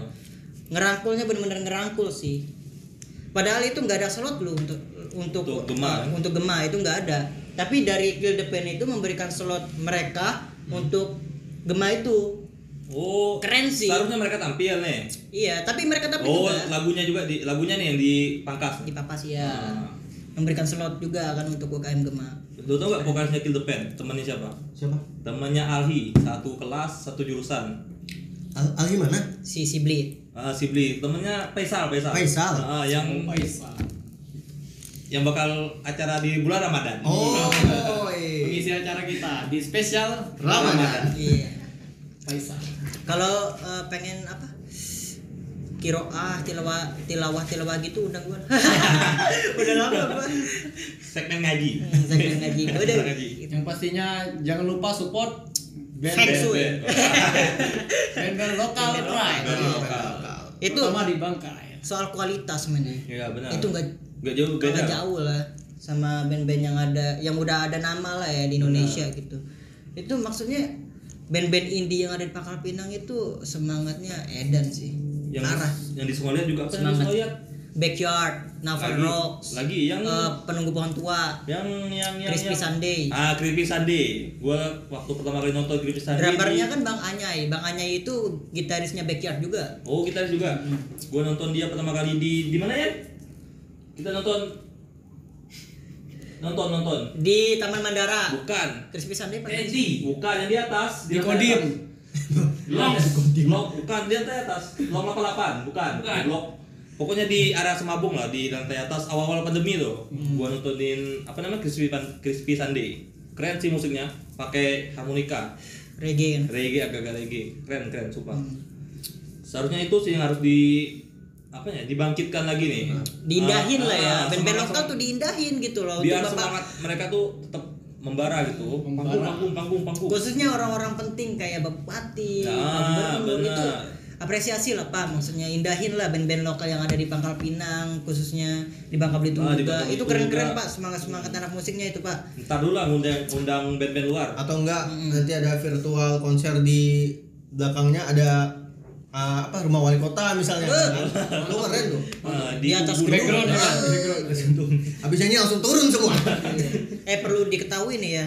[SPEAKER 2] Ngerangkulnya bener-bener ngerangkul sih. Padahal itu nggak ada slot loh untuk untuk
[SPEAKER 6] Untuk kan? Gemah.
[SPEAKER 2] eh, untuk Gema itu nggak ada. Tapi dari Kill the Pen itu memberikan slot mereka
[SPEAKER 6] Hmm.
[SPEAKER 2] untuk Gema itu.
[SPEAKER 6] Oh,
[SPEAKER 2] Keren sih.
[SPEAKER 6] Seharusnya mereka tampil nih.
[SPEAKER 2] Iya, tapi mereka tapi
[SPEAKER 6] oh,
[SPEAKER 2] juga
[SPEAKER 6] lagunya juga di lagunya nih yang dipangkas.
[SPEAKER 2] di Papas ya.
[SPEAKER 6] Ah.
[SPEAKER 2] Memberikan slot juga kan untuk UKM Gema.
[SPEAKER 6] Lo tau gak vokalisnya Kill the Pen? Temennya siapa?
[SPEAKER 5] Siapa?
[SPEAKER 6] Temennya Alhi, satu kelas, satu jurusan.
[SPEAKER 5] Al, Al gimana?
[SPEAKER 2] Si Sibli.
[SPEAKER 6] Ah, Sibli, temennya Faisal, Faisal.
[SPEAKER 5] Faisal?
[SPEAKER 6] Ah, yang
[SPEAKER 4] Faisal.
[SPEAKER 6] yang bakal acara di bulan Ramadan.
[SPEAKER 5] Oh,
[SPEAKER 4] Pengisi acara kita di spesial
[SPEAKER 5] Ramadan.
[SPEAKER 2] Iya.
[SPEAKER 4] Faisal.
[SPEAKER 2] Kalau eh, pengen apa? Kiroah, tilawah, tilawah, tilawah gitu undang gua. <laughs> Udah lama gua.
[SPEAKER 6] Segmen ngaji.
[SPEAKER 2] Hmm, segmen ngaji. Udah.
[SPEAKER 6] Segmen ngaji.
[SPEAKER 4] Yang pastinya jangan lupa support
[SPEAKER 2] Feng
[SPEAKER 4] band-band
[SPEAKER 2] Shui.
[SPEAKER 6] ya.
[SPEAKER 2] ya.
[SPEAKER 4] band-band lokal Pride.
[SPEAKER 6] Band lokal.
[SPEAKER 2] Itu-
[SPEAKER 4] Terutama di ya. Bangkai.
[SPEAKER 2] Soal kualitas men ya.
[SPEAKER 6] Iya, benar.
[SPEAKER 2] Itu enggak
[SPEAKER 6] Nggak jauh beda.
[SPEAKER 2] Kalah jauh lah sama band-band yang ada yang udah ada nama lah ya di Indonesia gitu itu maksudnya band-band indie yang ada di Pangkal Pinang itu semangatnya edan sih
[SPEAKER 6] Yang
[SPEAKER 2] parah
[SPEAKER 6] yang di Somalia juga apa yang di
[SPEAKER 2] Semangat.
[SPEAKER 6] Somalia?
[SPEAKER 2] backyard naval
[SPEAKER 6] Lagi-
[SPEAKER 2] rocks
[SPEAKER 6] lagi yang-
[SPEAKER 2] eh, penunggu pohon tua
[SPEAKER 6] Yang yang yang
[SPEAKER 2] crispy
[SPEAKER 6] yang-
[SPEAKER 2] sunday
[SPEAKER 6] Ah, Creepy Sunday. Gua waktu pertama kali nonton Creepy Sunday.
[SPEAKER 2] drummernya
[SPEAKER 6] di-
[SPEAKER 2] kan Bang Anyai Bang Anyai itu gitarisnya backyard juga
[SPEAKER 6] Oh, kita juga. Gua nonton dia pertama kali di di mana ya? Kita nonton nonton nonton.
[SPEAKER 2] di Taman Mandara
[SPEAKER 6] Bukan.
[SPEAKER 2] crispy sunday apa?
[SPEAKER 6] Teddy. Bukan yang di atas.
[SPEAKER 4] Di
[SPEAKER 6] atas
[SPEAKER 4] Kodim.
[SPEAKER 6] <laughs> atas. Blok. Blok. Bukan di lantai atas. Blok 88. Bukan.
[SPEAKER 3] Bukan.
[SPEAKER 6] Blok. Pokoknya di area Semabung lah di lantai atas awal-awal pandemi tuh.
[SPEAKER 4] Hmm.
[SPEAKER 6] Gua nontonin apa namanya Crispy Pan- Crispy Sunday. Keren sih musiknya. Pakai harmonika.
[SPEAKER 2] reggae kan?
[SPEAKER 6] Reggae agak-agak reggae. Keren keren sumpah.
[SPEAKER 4] Hmm.
[SPEAKER 6] Seharusnya itu sih yang harus di apa ya dibangkitkan lagi nih.
[SPEAKER 4] Hmm.
[SPEAKER 2] diindahin
[SPEAKER 6] Ah,
[SPEAKER 2] lah ya
[SPEAKER 6] ah,
[SPEAKER 2] band-band
[SPEAKER 6] semangat-
[SPEAKER 2] lokal tuh diindahin gitu loh
[SPEAKER 6] biar
[SPEAKER 2] Untuk bapak-
[SPEAKER 6] semangat mereka tuh tetap membara gitu
[SPEAKER 4] Membara.
[SPEAKER 6] panggung panggung panggung panggung
[SPEAKER 2] khususnya orang-orang penting kayak bupati,
[SPEAKER 6] Nah,
[SPEAKER 2] gubernur
[SPEAKER 6] benar.
[SPEAKER 2] itu apresiasi lah pak maksudnya indahin lah band-band lokal yang ada di Pangkal Pinang khususnya di Bangka Belitung
[SPEAKER 6] Ah, di
[SPEAKER 2] juga
[SPEAKER 6] Bangka
[SPEAKER 2] itu
[SPEAKER 6] Belitung
[SPEAKER 2] keren-keren
[SPEAKER 6] juga.
[SPEAKER 2] pak semangat-semangat anak musiknya itu pak
[SPEAKER 6] ntar dulu lah ngundang undang band-band luar
[SPEAKER 5] Atau enggak nanti ada virtual konser di belakangnya ada ah, apa rumah wali kota misalnya. Kan? Lu keren tuh.
[SPEAKER 6] Ah,
[SPEAKER 2] di atas
[SPEAKER 6] kubur.
[SPEAKER 2] gedung.
[SPEAKER 4] Background ya.
[SPEAKER 5] Habis nyanyi langsung turun semua.
[SPEAKER 2] eh perlu diketahui nih ya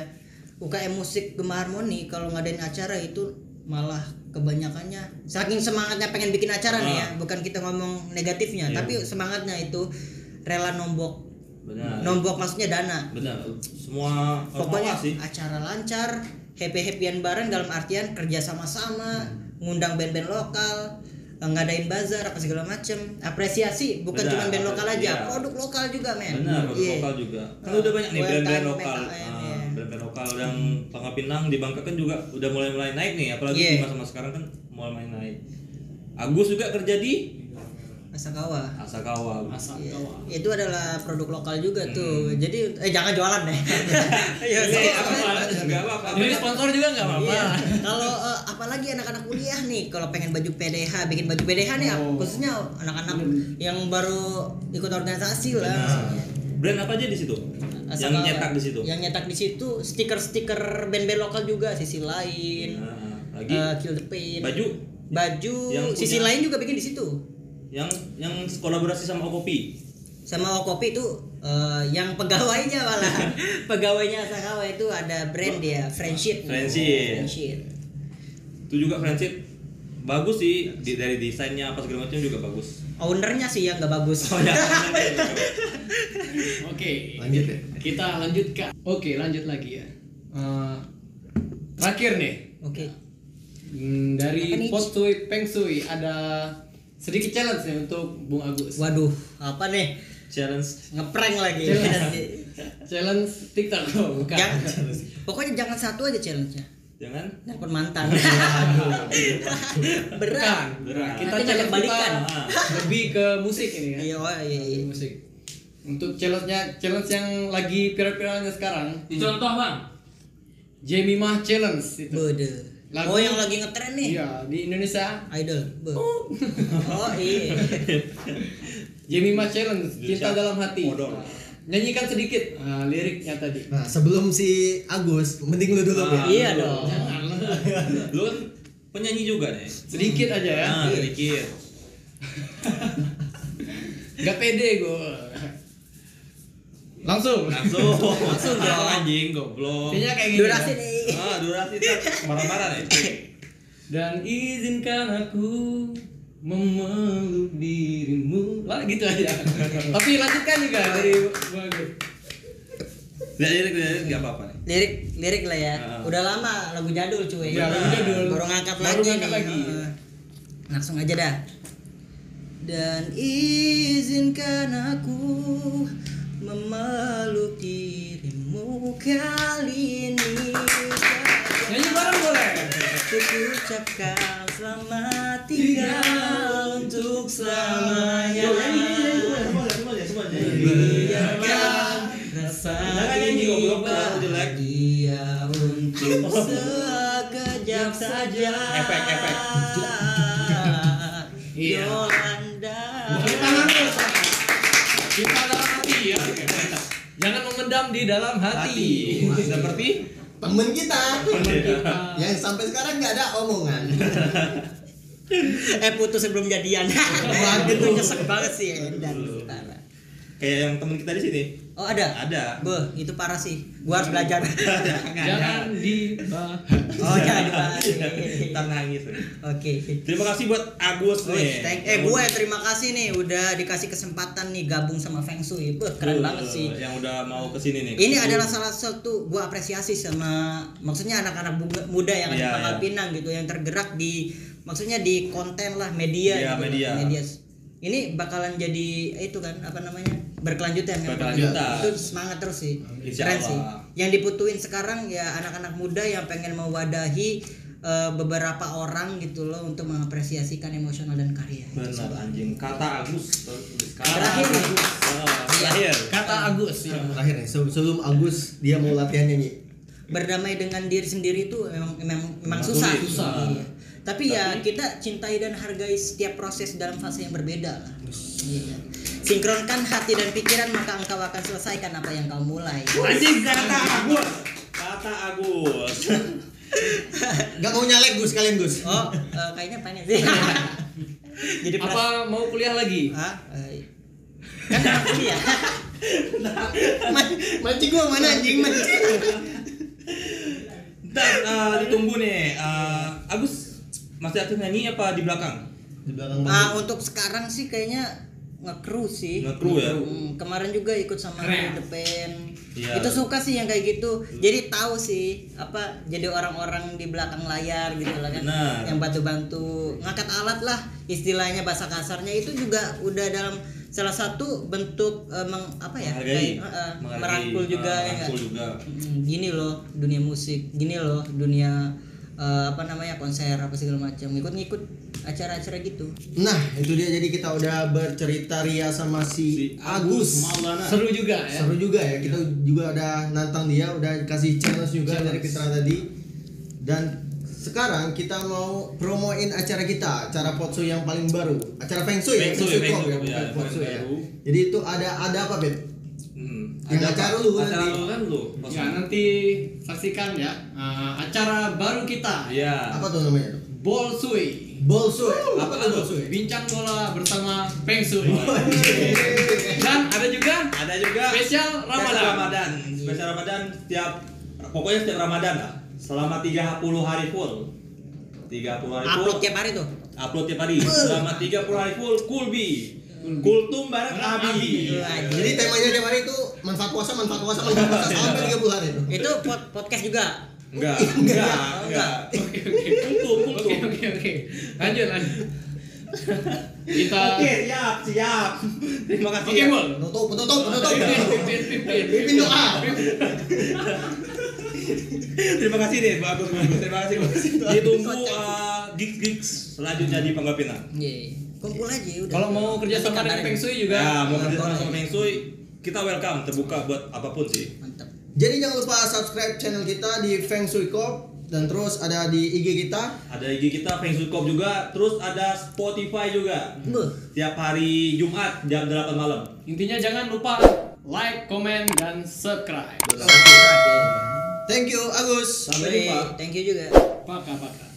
[SPEAKER 2] UKM musik Gema Harmoni kalau ngadain acara itu malah kebanyakannya saking semangatnya pengen bikin acara nih ya
[SPEAKER 6] Ah.
[SPEAKER 2] bukan kita ngomong negatifnya
[SPEAKER 6] Iya.
[SPEAKER 2] tapi semangatnya itu rela nombok
[SPEAKER 6] benar
[SPEAKER 2] nombok maksudnya dana
[SPEAKER 6] benar semua orang
[SPEAKER 2] pokoknya
[SPEAKER 6] mawas sih
[SPEAKER 2] acara lancar happy happyan bareng dalam artian kerja sama-sama ngundang band-band lokal eh, ngadain bazar apa segala macem apresiasi bukan
[SPEAKER 6] Benar,
[SPEAKER 2] cuma band lokal aja
[SPEAKER 6] apresiasi.
[SPEAKER 2] produk lokal juga men
[SPEAKER 6] benar produk
[SPEAKER 2] Iya.
[SPEAKER 6] lokal juga kan
[SPEAKER 2] Ah,
[SPEAKER 6] udah banyak nih
[SPEAKER 2] UMKM,
[SPEAKER 6] band-band lokal
[SPEAKER 2] PKM,
[SPEAKER 6] Ah,
[SPEAKER 2] iya.
[SPEAKER 6] band-band lokal yang Pangkal Pinang di Bangka kan juga udah mulai-mulai naik nih apalagi
[SPEAKER 2] Iya.
[SPEAKER 6] di masa-masa sekarang kan mulai-mulai naik Agus juga kerja di
[SPEAKER 2] Asakawa
[SPEAKER 6] Asakawa
[SPEAKER 4] Asal
[SPEAKER 2] Iya.
[SPEAKER 4] kawan.
[SPEAKER 2] itu adalah produk lokal juga
[SPEAKER 6] Hmm.
[SPEAKER 2] tuh jadi eh jangan jualan
[SPEAKER 6] <laughs>
[SPEAKER 2] deh Iya,
[SPEAKER 6] Eh, apa enggak apa-apa
[SPEAKER 4] Jadi sponsor juga nggak apa-apa.
[SPEAKER 2] Iya. Kalau eh, apalagi anak-anak kuliah nih, kalau pengen baju PDH, bikin baju PDH nih,
[SPEAKER 4] Oh.
[SPEAKER 2] khususnya anak-anak
[SPEAKER 6] Hmm.
[SPEAKER 2] yang baru ikut organisasi lah.
[SPEAKER 6] Nah,
[SPEAKER 2] maksudnya.
[SPEAKER 6] brand apa aja di situ?
[SPEAKER 2] Asal
[SPEAKER 6] yang nyetak di situ.
[SPEAKER 2] Yang nyetak di situ stiker-stiker band-band lokal juga sisi lain.
[SPEAKER 6] Nah, lagi
[SPEAKER 2] eh, kill the pain.
[SPEAKER 6] baju
[SPEAKER 2] Baju
[SPEAKER 6] Yang punya-
[SPEAKER 2] sisi lain juga bikin di situ.
[SPEAKER 6] yang yang kolaborasi sama Okopi.
[SPEAKER 2] Sama Wakopi itu eh, yang pegawainya malah. pegawainya Sakawa itu ada brand dia, Friendship.
[SPEAKER 6] Friendship.
[SPEAKER 2] Friendship.
[SPEAKER 6] Itu juga friendship bagus sih di- dari desainnya apa segala macam juga
[SPEAKER 2] <laughs>
[SPEAKER 6] bagus.
[SPEAKER 2] Ownernya sih yang gitu? nggak bagus.
[SPEAKER 6] <laughs>
[SPEAKER 4] Oke.
[SPEAKER 5] Lanjut ya.
[SPEAKER 4] Kita lanjutkan. Oke, lanjut lagi ya. Eh, terakhir nih.
[SPEAKER 2] Oke.
[SPEAKER 4] Hmm,
[SPEAKER 2] Apa
[SPEAKER 4] dari
[SPEAKER 2] nih?
[SPEAKER 4] Potsui Pengsui ada sedikit challenge nih untuk Bung Agus.
[SPEAKER 2] Waduh, apa nih?
[SPEAKER 6] Challenge
[SPEAKER 2] Ngeprank lagi. <laughs>
[SPEAKER 4] Challenge. Challenge TikTok <laughs> oh, bukan.
[SPEAKER 2] Jangan, pokoknya jangan satu aja challenge-nya.
[SPEAKER 6] jangan
[SPEAKER 2] Dapat mantan. <laughs>
[SPEAKER 4] Bukan. Nah,
[SPEAKER 2] Berat.
[SPEAKER 6] Berat.
[SPEAKER 4] Kita
[SPEAKER 2] Nanti
[SPEAKER 4] challenge
[SPEAKER 2] kebalikan.
[SPEAKER 4] kita <laughs> lebih ke musik ini ya.
[SPEAKER 2] Iya, wah, iya, iya.
[SPEAKER 4] Lebih musik. Untuk challenge-nya challenge yang lagi viral-viralnya sekarang,
[SPEAKER 2] Hmm.
[SPEAKER 3] Contoh bang.
[SPEAKER 4] Jamie Mah challenge itu.
[SPEAKER 2] Bode.
[SPEAKER 4] Lagu-
[SPEAKER 2] Oh, yang lagi ngetren nih.
[SPEAKER 4] Iya, di Indonesia
[SPEAKER 2] Idol. Be. Oh, iya.
[SPEAKER 4] Jamie Mah challenge
[SPEAKER 6] Indonesia.
[SPEAKER 4] cinta dalam hati.
[SPEAKER 6] Modal.
[SPEAKER 4] Nah, Nyanyikan sedikit ah, liriknya tadi.
[SPEAKER 5] Nah, sebelum si Agus, mending lu
[SPEAKER 6] Ah,
[SPEAKER 5] dulu ya.
[SPEAKER 2] Iya dong.
[SPEAKER 6] <laughs> lu kan penyanyi juga nih
[SPEAKER 4] Sedikit aja ya.
[SPEAKER 6] nah sedikit
[SPEAKER 4] Gak pede gue. Langsung. <laughs>
[SPEAKER 2] <laughs>
[SPEAKER 4] ya.
[SPEAKER 6] langsung langsung dong anjing goblok
[SPEAKER 4] Kayaknya kayak gini.
[SPEAKER 2] Durasi
[SPEAKER 4] ya.
[SPEAKER 2] nih.
[SPEAKER 6] ah durasi tak marah-marah nih
[SPEAKER 4] Dan izinkan aku memeluk dirimu. Lah gitu aja. Tapi lanjutkan juga dari Bang Agus.
[SPEAKER 6] nggak lirik lirik nggak apa-apa nih
[SPEAKER 2] Lirik lirik lah ya.
[SPEAKER 6] Ah.
[SPEAKER 2] Udah lama lagu jadul cuy.
[SPEAKER 4] Ya, lagu jadul.
[SPEAKER 2] Baru ngangkat
[SPEAKER 4] Baru
[SPEAKER 2] lagi.
[SPEAKER 4] ngangkat
[SPEAKER 2] nih.
[SPEAKER 4] lagi.
[SPEAKER 2] Heeh. Langsung aja dah. Dan izinkan aku memeluk dirimu kali ini.
[SPEAKER 4] Nyanyi bareng boleh.
[SPEAKER 2] Untuk ucapkan selamat tinggal untuk selamanya. Biarkan rasa
[SPEAKER 6] Jangan
[SPEAKER 2] ini
[SPEAKER 6] nyanyi, Nah, goblok, terlalu jelek.
[SPEAKER 2] bahagia <laughs> untuk sekejap saja.
[SPEAKER 6] Efek, efek.
[SPEAKER 4] Iya.
[SPEAKER 2] Yolanda.
[SPEAKER 4] Tepuk tangan dulu. Cinta dalam hati ya. Jangan memendam di dalam hati.
[SPEAKER 6] seperti
[SPEAKER 5] Temen kita
[SPEAKER 4] Nah.
[SPEAKER 5] yang sampai sekarang nggak ada omongan.
[SPEAKER 2] Eh putus sebelum <laughs> jadian. Itu nyesek banget sih Edan. Parah.
[SPEAKER 6] kayak yang temen kita di sini
[SPEAKER 2] Oh ada?
[SPEAKER 6] Ada.
[SPEAKER 2] Beuh, itu parah sih. Gua harus <laughs> belajar.
[SPEAKER 4] Jangan dibahas.
[SPEAKER 2] oh jangan dibahas.
[SPEAKER 6] ntar nangis nih.
[SPEAKER 2] Oke.
[SPEAKER 6] terima kasih buat Agus
[SPEAKER 2] Wih,
[SPEAKER 6] nih
[SPEAKER 2] thank- eh gue terima kasih nih udah dikasih kesempatan nih gabung sama Feng Shui. Beuh, keren banget sih.
[SPEAKER 6] yang udah mau kesini nih
[SPEAKER 2] Ini adalah salah satu gue apresiasi sama maksudnya anak-anak bu- muda yang ada di
[SPEAKER 6] Iya,
[SPEAKER 2] Pangkal
[SPEAKER 6] iya.
[SPEAKER 2] Pinang gitu yang tergerak di maksudnya di konten lah media
[SPEAKER 6] Iya,
[SPEAKER 2] gitu,
[SPEAKER 6] media.
[SPEAKER 2] Ini bakalan jadi eh, itu kan apa namanya? berkelanjutan kan.
[SPEAKER 6] Berkelanjutan.
[SPEAKER 2] Itu semangat terus sih.
[SPEAKER 6] Insya
[SPEAKER 2] Keren
[SPEAKER 6] Allah.
[SPEAKER 2] sih. Yang dibutuhin sekarang ya anak-anak muda yang pengen mewadahi eh, beberapa orang gitu loh untuk mengapresiasikan emosional dan karya.
[SPEAKER 6] benar anjing kata Agus Kata
[SPEAKER 2] Terakhir.
[SPEAKER 6] Agus. Ah, terakhir
[SPEAKER 4] Kata Agus ya.
[SPEAKER 5] Terakhir nih, se- sebelum Agus dia mau latihan nyanyi.
[SPEAKER 2] berdamai dengan diri sendiri itu memang memang, memang susah,
[SPEAKER 6] sulit. Susah.
[SPEAKER 2] Iya. Tapi, ya kita cintai dan hargai setiap proses dalam fase yang berbeda lah. Iya. Sinkronkan hati dan pikiran maka engkau akan selesaikan apa yang kau mulai.
[SPEAKER 6] anjing kata Agus kata Agus
[SPEAKER 5] Gak mau nyalek Gus kalian Gus.
[SPEAKER 2] Oh, eh, kayaknya pengen sih. Jadi pras-
[SPEAKER 4] Apa mau kuliah lagi?
[SPEAKER 2] Hah? Eh, kan anak kuliah. Man- <laughs> mancing gua mana anjing mancing.
[SPEAKER 6] dan eh, ditunggu nih Eh, Agus masih aktif nyanyi apa di belakang
[SPEAKER 5] Di belakang
[SPEAKER 6] Nah,
[SPEAKER 2] Ah,
[SPEAKER 5] panggung.
[SPEAKER 2] untuk sekarang sih kayaknya ngekru sih.
[SPEAKER 6] Nge-crew ya?
[SPEAKER 2] Hmm, kemarin juga ikut sama
[SPEAKER 3] Keren.
[SPEAKER 2] The Pen.
[SPEAKER 6] Iya.
[SPEAKER 2] Itu suka sih yang kayak gitu. Jadi tahu sih apa jadi orang-orang di belakang layar gitu lah kan.
[SPEAKER 6] Benar.
[SPEAKER 2] Yang bantu-bantu ngangkat alat lah istilahnya bahasa kasarnya itu juga udah dalam salah satu bentuk eh, meng- apa ya?
[SPEAKER 6] Menghargai.
[SPEAKER 2] kayak, eh, eh,
[SPEAKER 6] Menghargai.
[SPEAKER 2] merangkul juga
[SPEAKER 6] Ah,
[SPEAKER 2] ya nggak?
[SPEAKER 6] merangkul juga.
[SPEAKER 2] Mm, gini loh dunia musik gini loh dunia eh, apa namanya konser apa segala macam ikut-ngikut acara-acara gitu
[SPEAKER 5] Nah, itu dia jadi kita udah bercerita Ria sama si, Agus.
[SPEAKER 4] Seru
[SPEAKER 6] Eh.
[SPEAKER 4] juga ya.
[SPEAKER 5] Seru juga ya. Kita juga udah nantang dia, udah kasih challenge juga dari Fitra tadi. Dan sekarang kita mau promoin acara kita, acara Potso yang paling baru, acara Feng Shui, ya?
[SPEAKER 6] Feng Shui, Feng Shui,
[SPEAKER 5] Kok ya,
[SPEAKER 6] ya,
[SPEAKER 5] bukan Potso
[SPEAKER 6] paling
[SPEAKER 5] ya.
[SPEAKER 6] baru.
[SPEAKER 5] Jadi itu ada ada apa, Beb?
[SPEAKER 6] Hmm,
[SPEAKER 5] Yang
[SPEAKER 6] ada
[SPEAKER 5] acara
[SPEAKER 6] apa?
[SPEAKER 5] lu
[SPEAKER 6] acara
[SPEAKER 5] nanti.
[SPEAKER 6] lu kan lu
[SPEAKER 4] Ya nanti saksikan ya eh, acara baru kita ya.
[SPEAKER 6] Iya.
[SPEAKER 5] Apa tuh namanya? tuh?
[SPEAKER 4] Bolsui.
[SPEAKER 5] Bolsui. Apa tuh Bolsui?
[SPEAKER 4] Bincang bola bersama Feng Shui. Dan ada juga
[SPEAKER 6] ada juga
[SPEAKER 4] Spesial Ramadan.
[SPEAKER 6] Ramadan spesial Ramadan setiap pokoknya setiap Ramadan lah selama 30 hari full 30 hari full
[SPEAKER 2] upload tiap hari tuh
[SPEAKER 6] upload tiap hari selama 30 hari full Kulbi Kultum bareng Abi
[SPEAKER 2] Itu aja.
[SPEAKER 5] Jadi temanya tiap hari itu manfaat puasa, manfaat puasa, manfaat puasa sampai 30 hari itu.
[SPEAKER 6] Eh.
[SPEAKER 2] itu pod- podcast juga
[SPEAKER 6] enggak
[SPEAKER 5] Enggak,
[SPEAKER 6] enggak enggak
[SPEAKER 4] Oke oke.
[SPEAKER 6] kultum
[SPEAKER 4] Oke
[SPEAKER 6] kultum
[SPEAKER 4] oke oke. Lanjut lanjut. Kita
[SPEAKER 6] oke siap siap terima kasih
[SPEAKER 4] Oke,
[SPEAKER 6] ya.
[SPEAKER 4] Bol.
[SPEAKER 5] Penutup, penutup, penutup.
[SPEAKER 4] Pimpin, pimpin, pimpin.
[SPEAKER 5] Pimpin doa.
[SPEAKER 6] Terima kasih deh, bagus bagus. Terima kasih bagus. Ditunggu gigs gigs selanjutnya di Panggapina.
[SPEAKER 2] Iya. Kumpul aja udah.
[SPEAKER 4] Kalau mau kerja sama dengan Peng Shui juga.
[SPEAKER 6] Ya, mau kerja sama
[SPEAKER 2] Boleh.
[SPEAKER 6] sama Meng Sui, kita welcome, terbuka buat apapun sih.
[SPEAKER 2] Mantap.
[SPEAKER 5] Jadi jangan lupa subscribe channel kita di Feng Shui Corp dan terus ada di IG kita.
[SPEAKER 6] Ada IG kita Feng Shui Corp juga, terus ada Spotify juga.
[SPEAKER 2] Beuh.
[SPEAKER 6] Tiap hari Jumat jam 8 malam.
[SPEAKER 4] Intinya jangan lupa like, comment, dan subscribe.
[SPEAKER 2] Oke.
[SPEAKER 5] Thank you Agus.
[SPEAKER 6] Sampai jumpa.
[SPEAKER 2] Thank you juga.
[SPEAKER 4] Paka paka.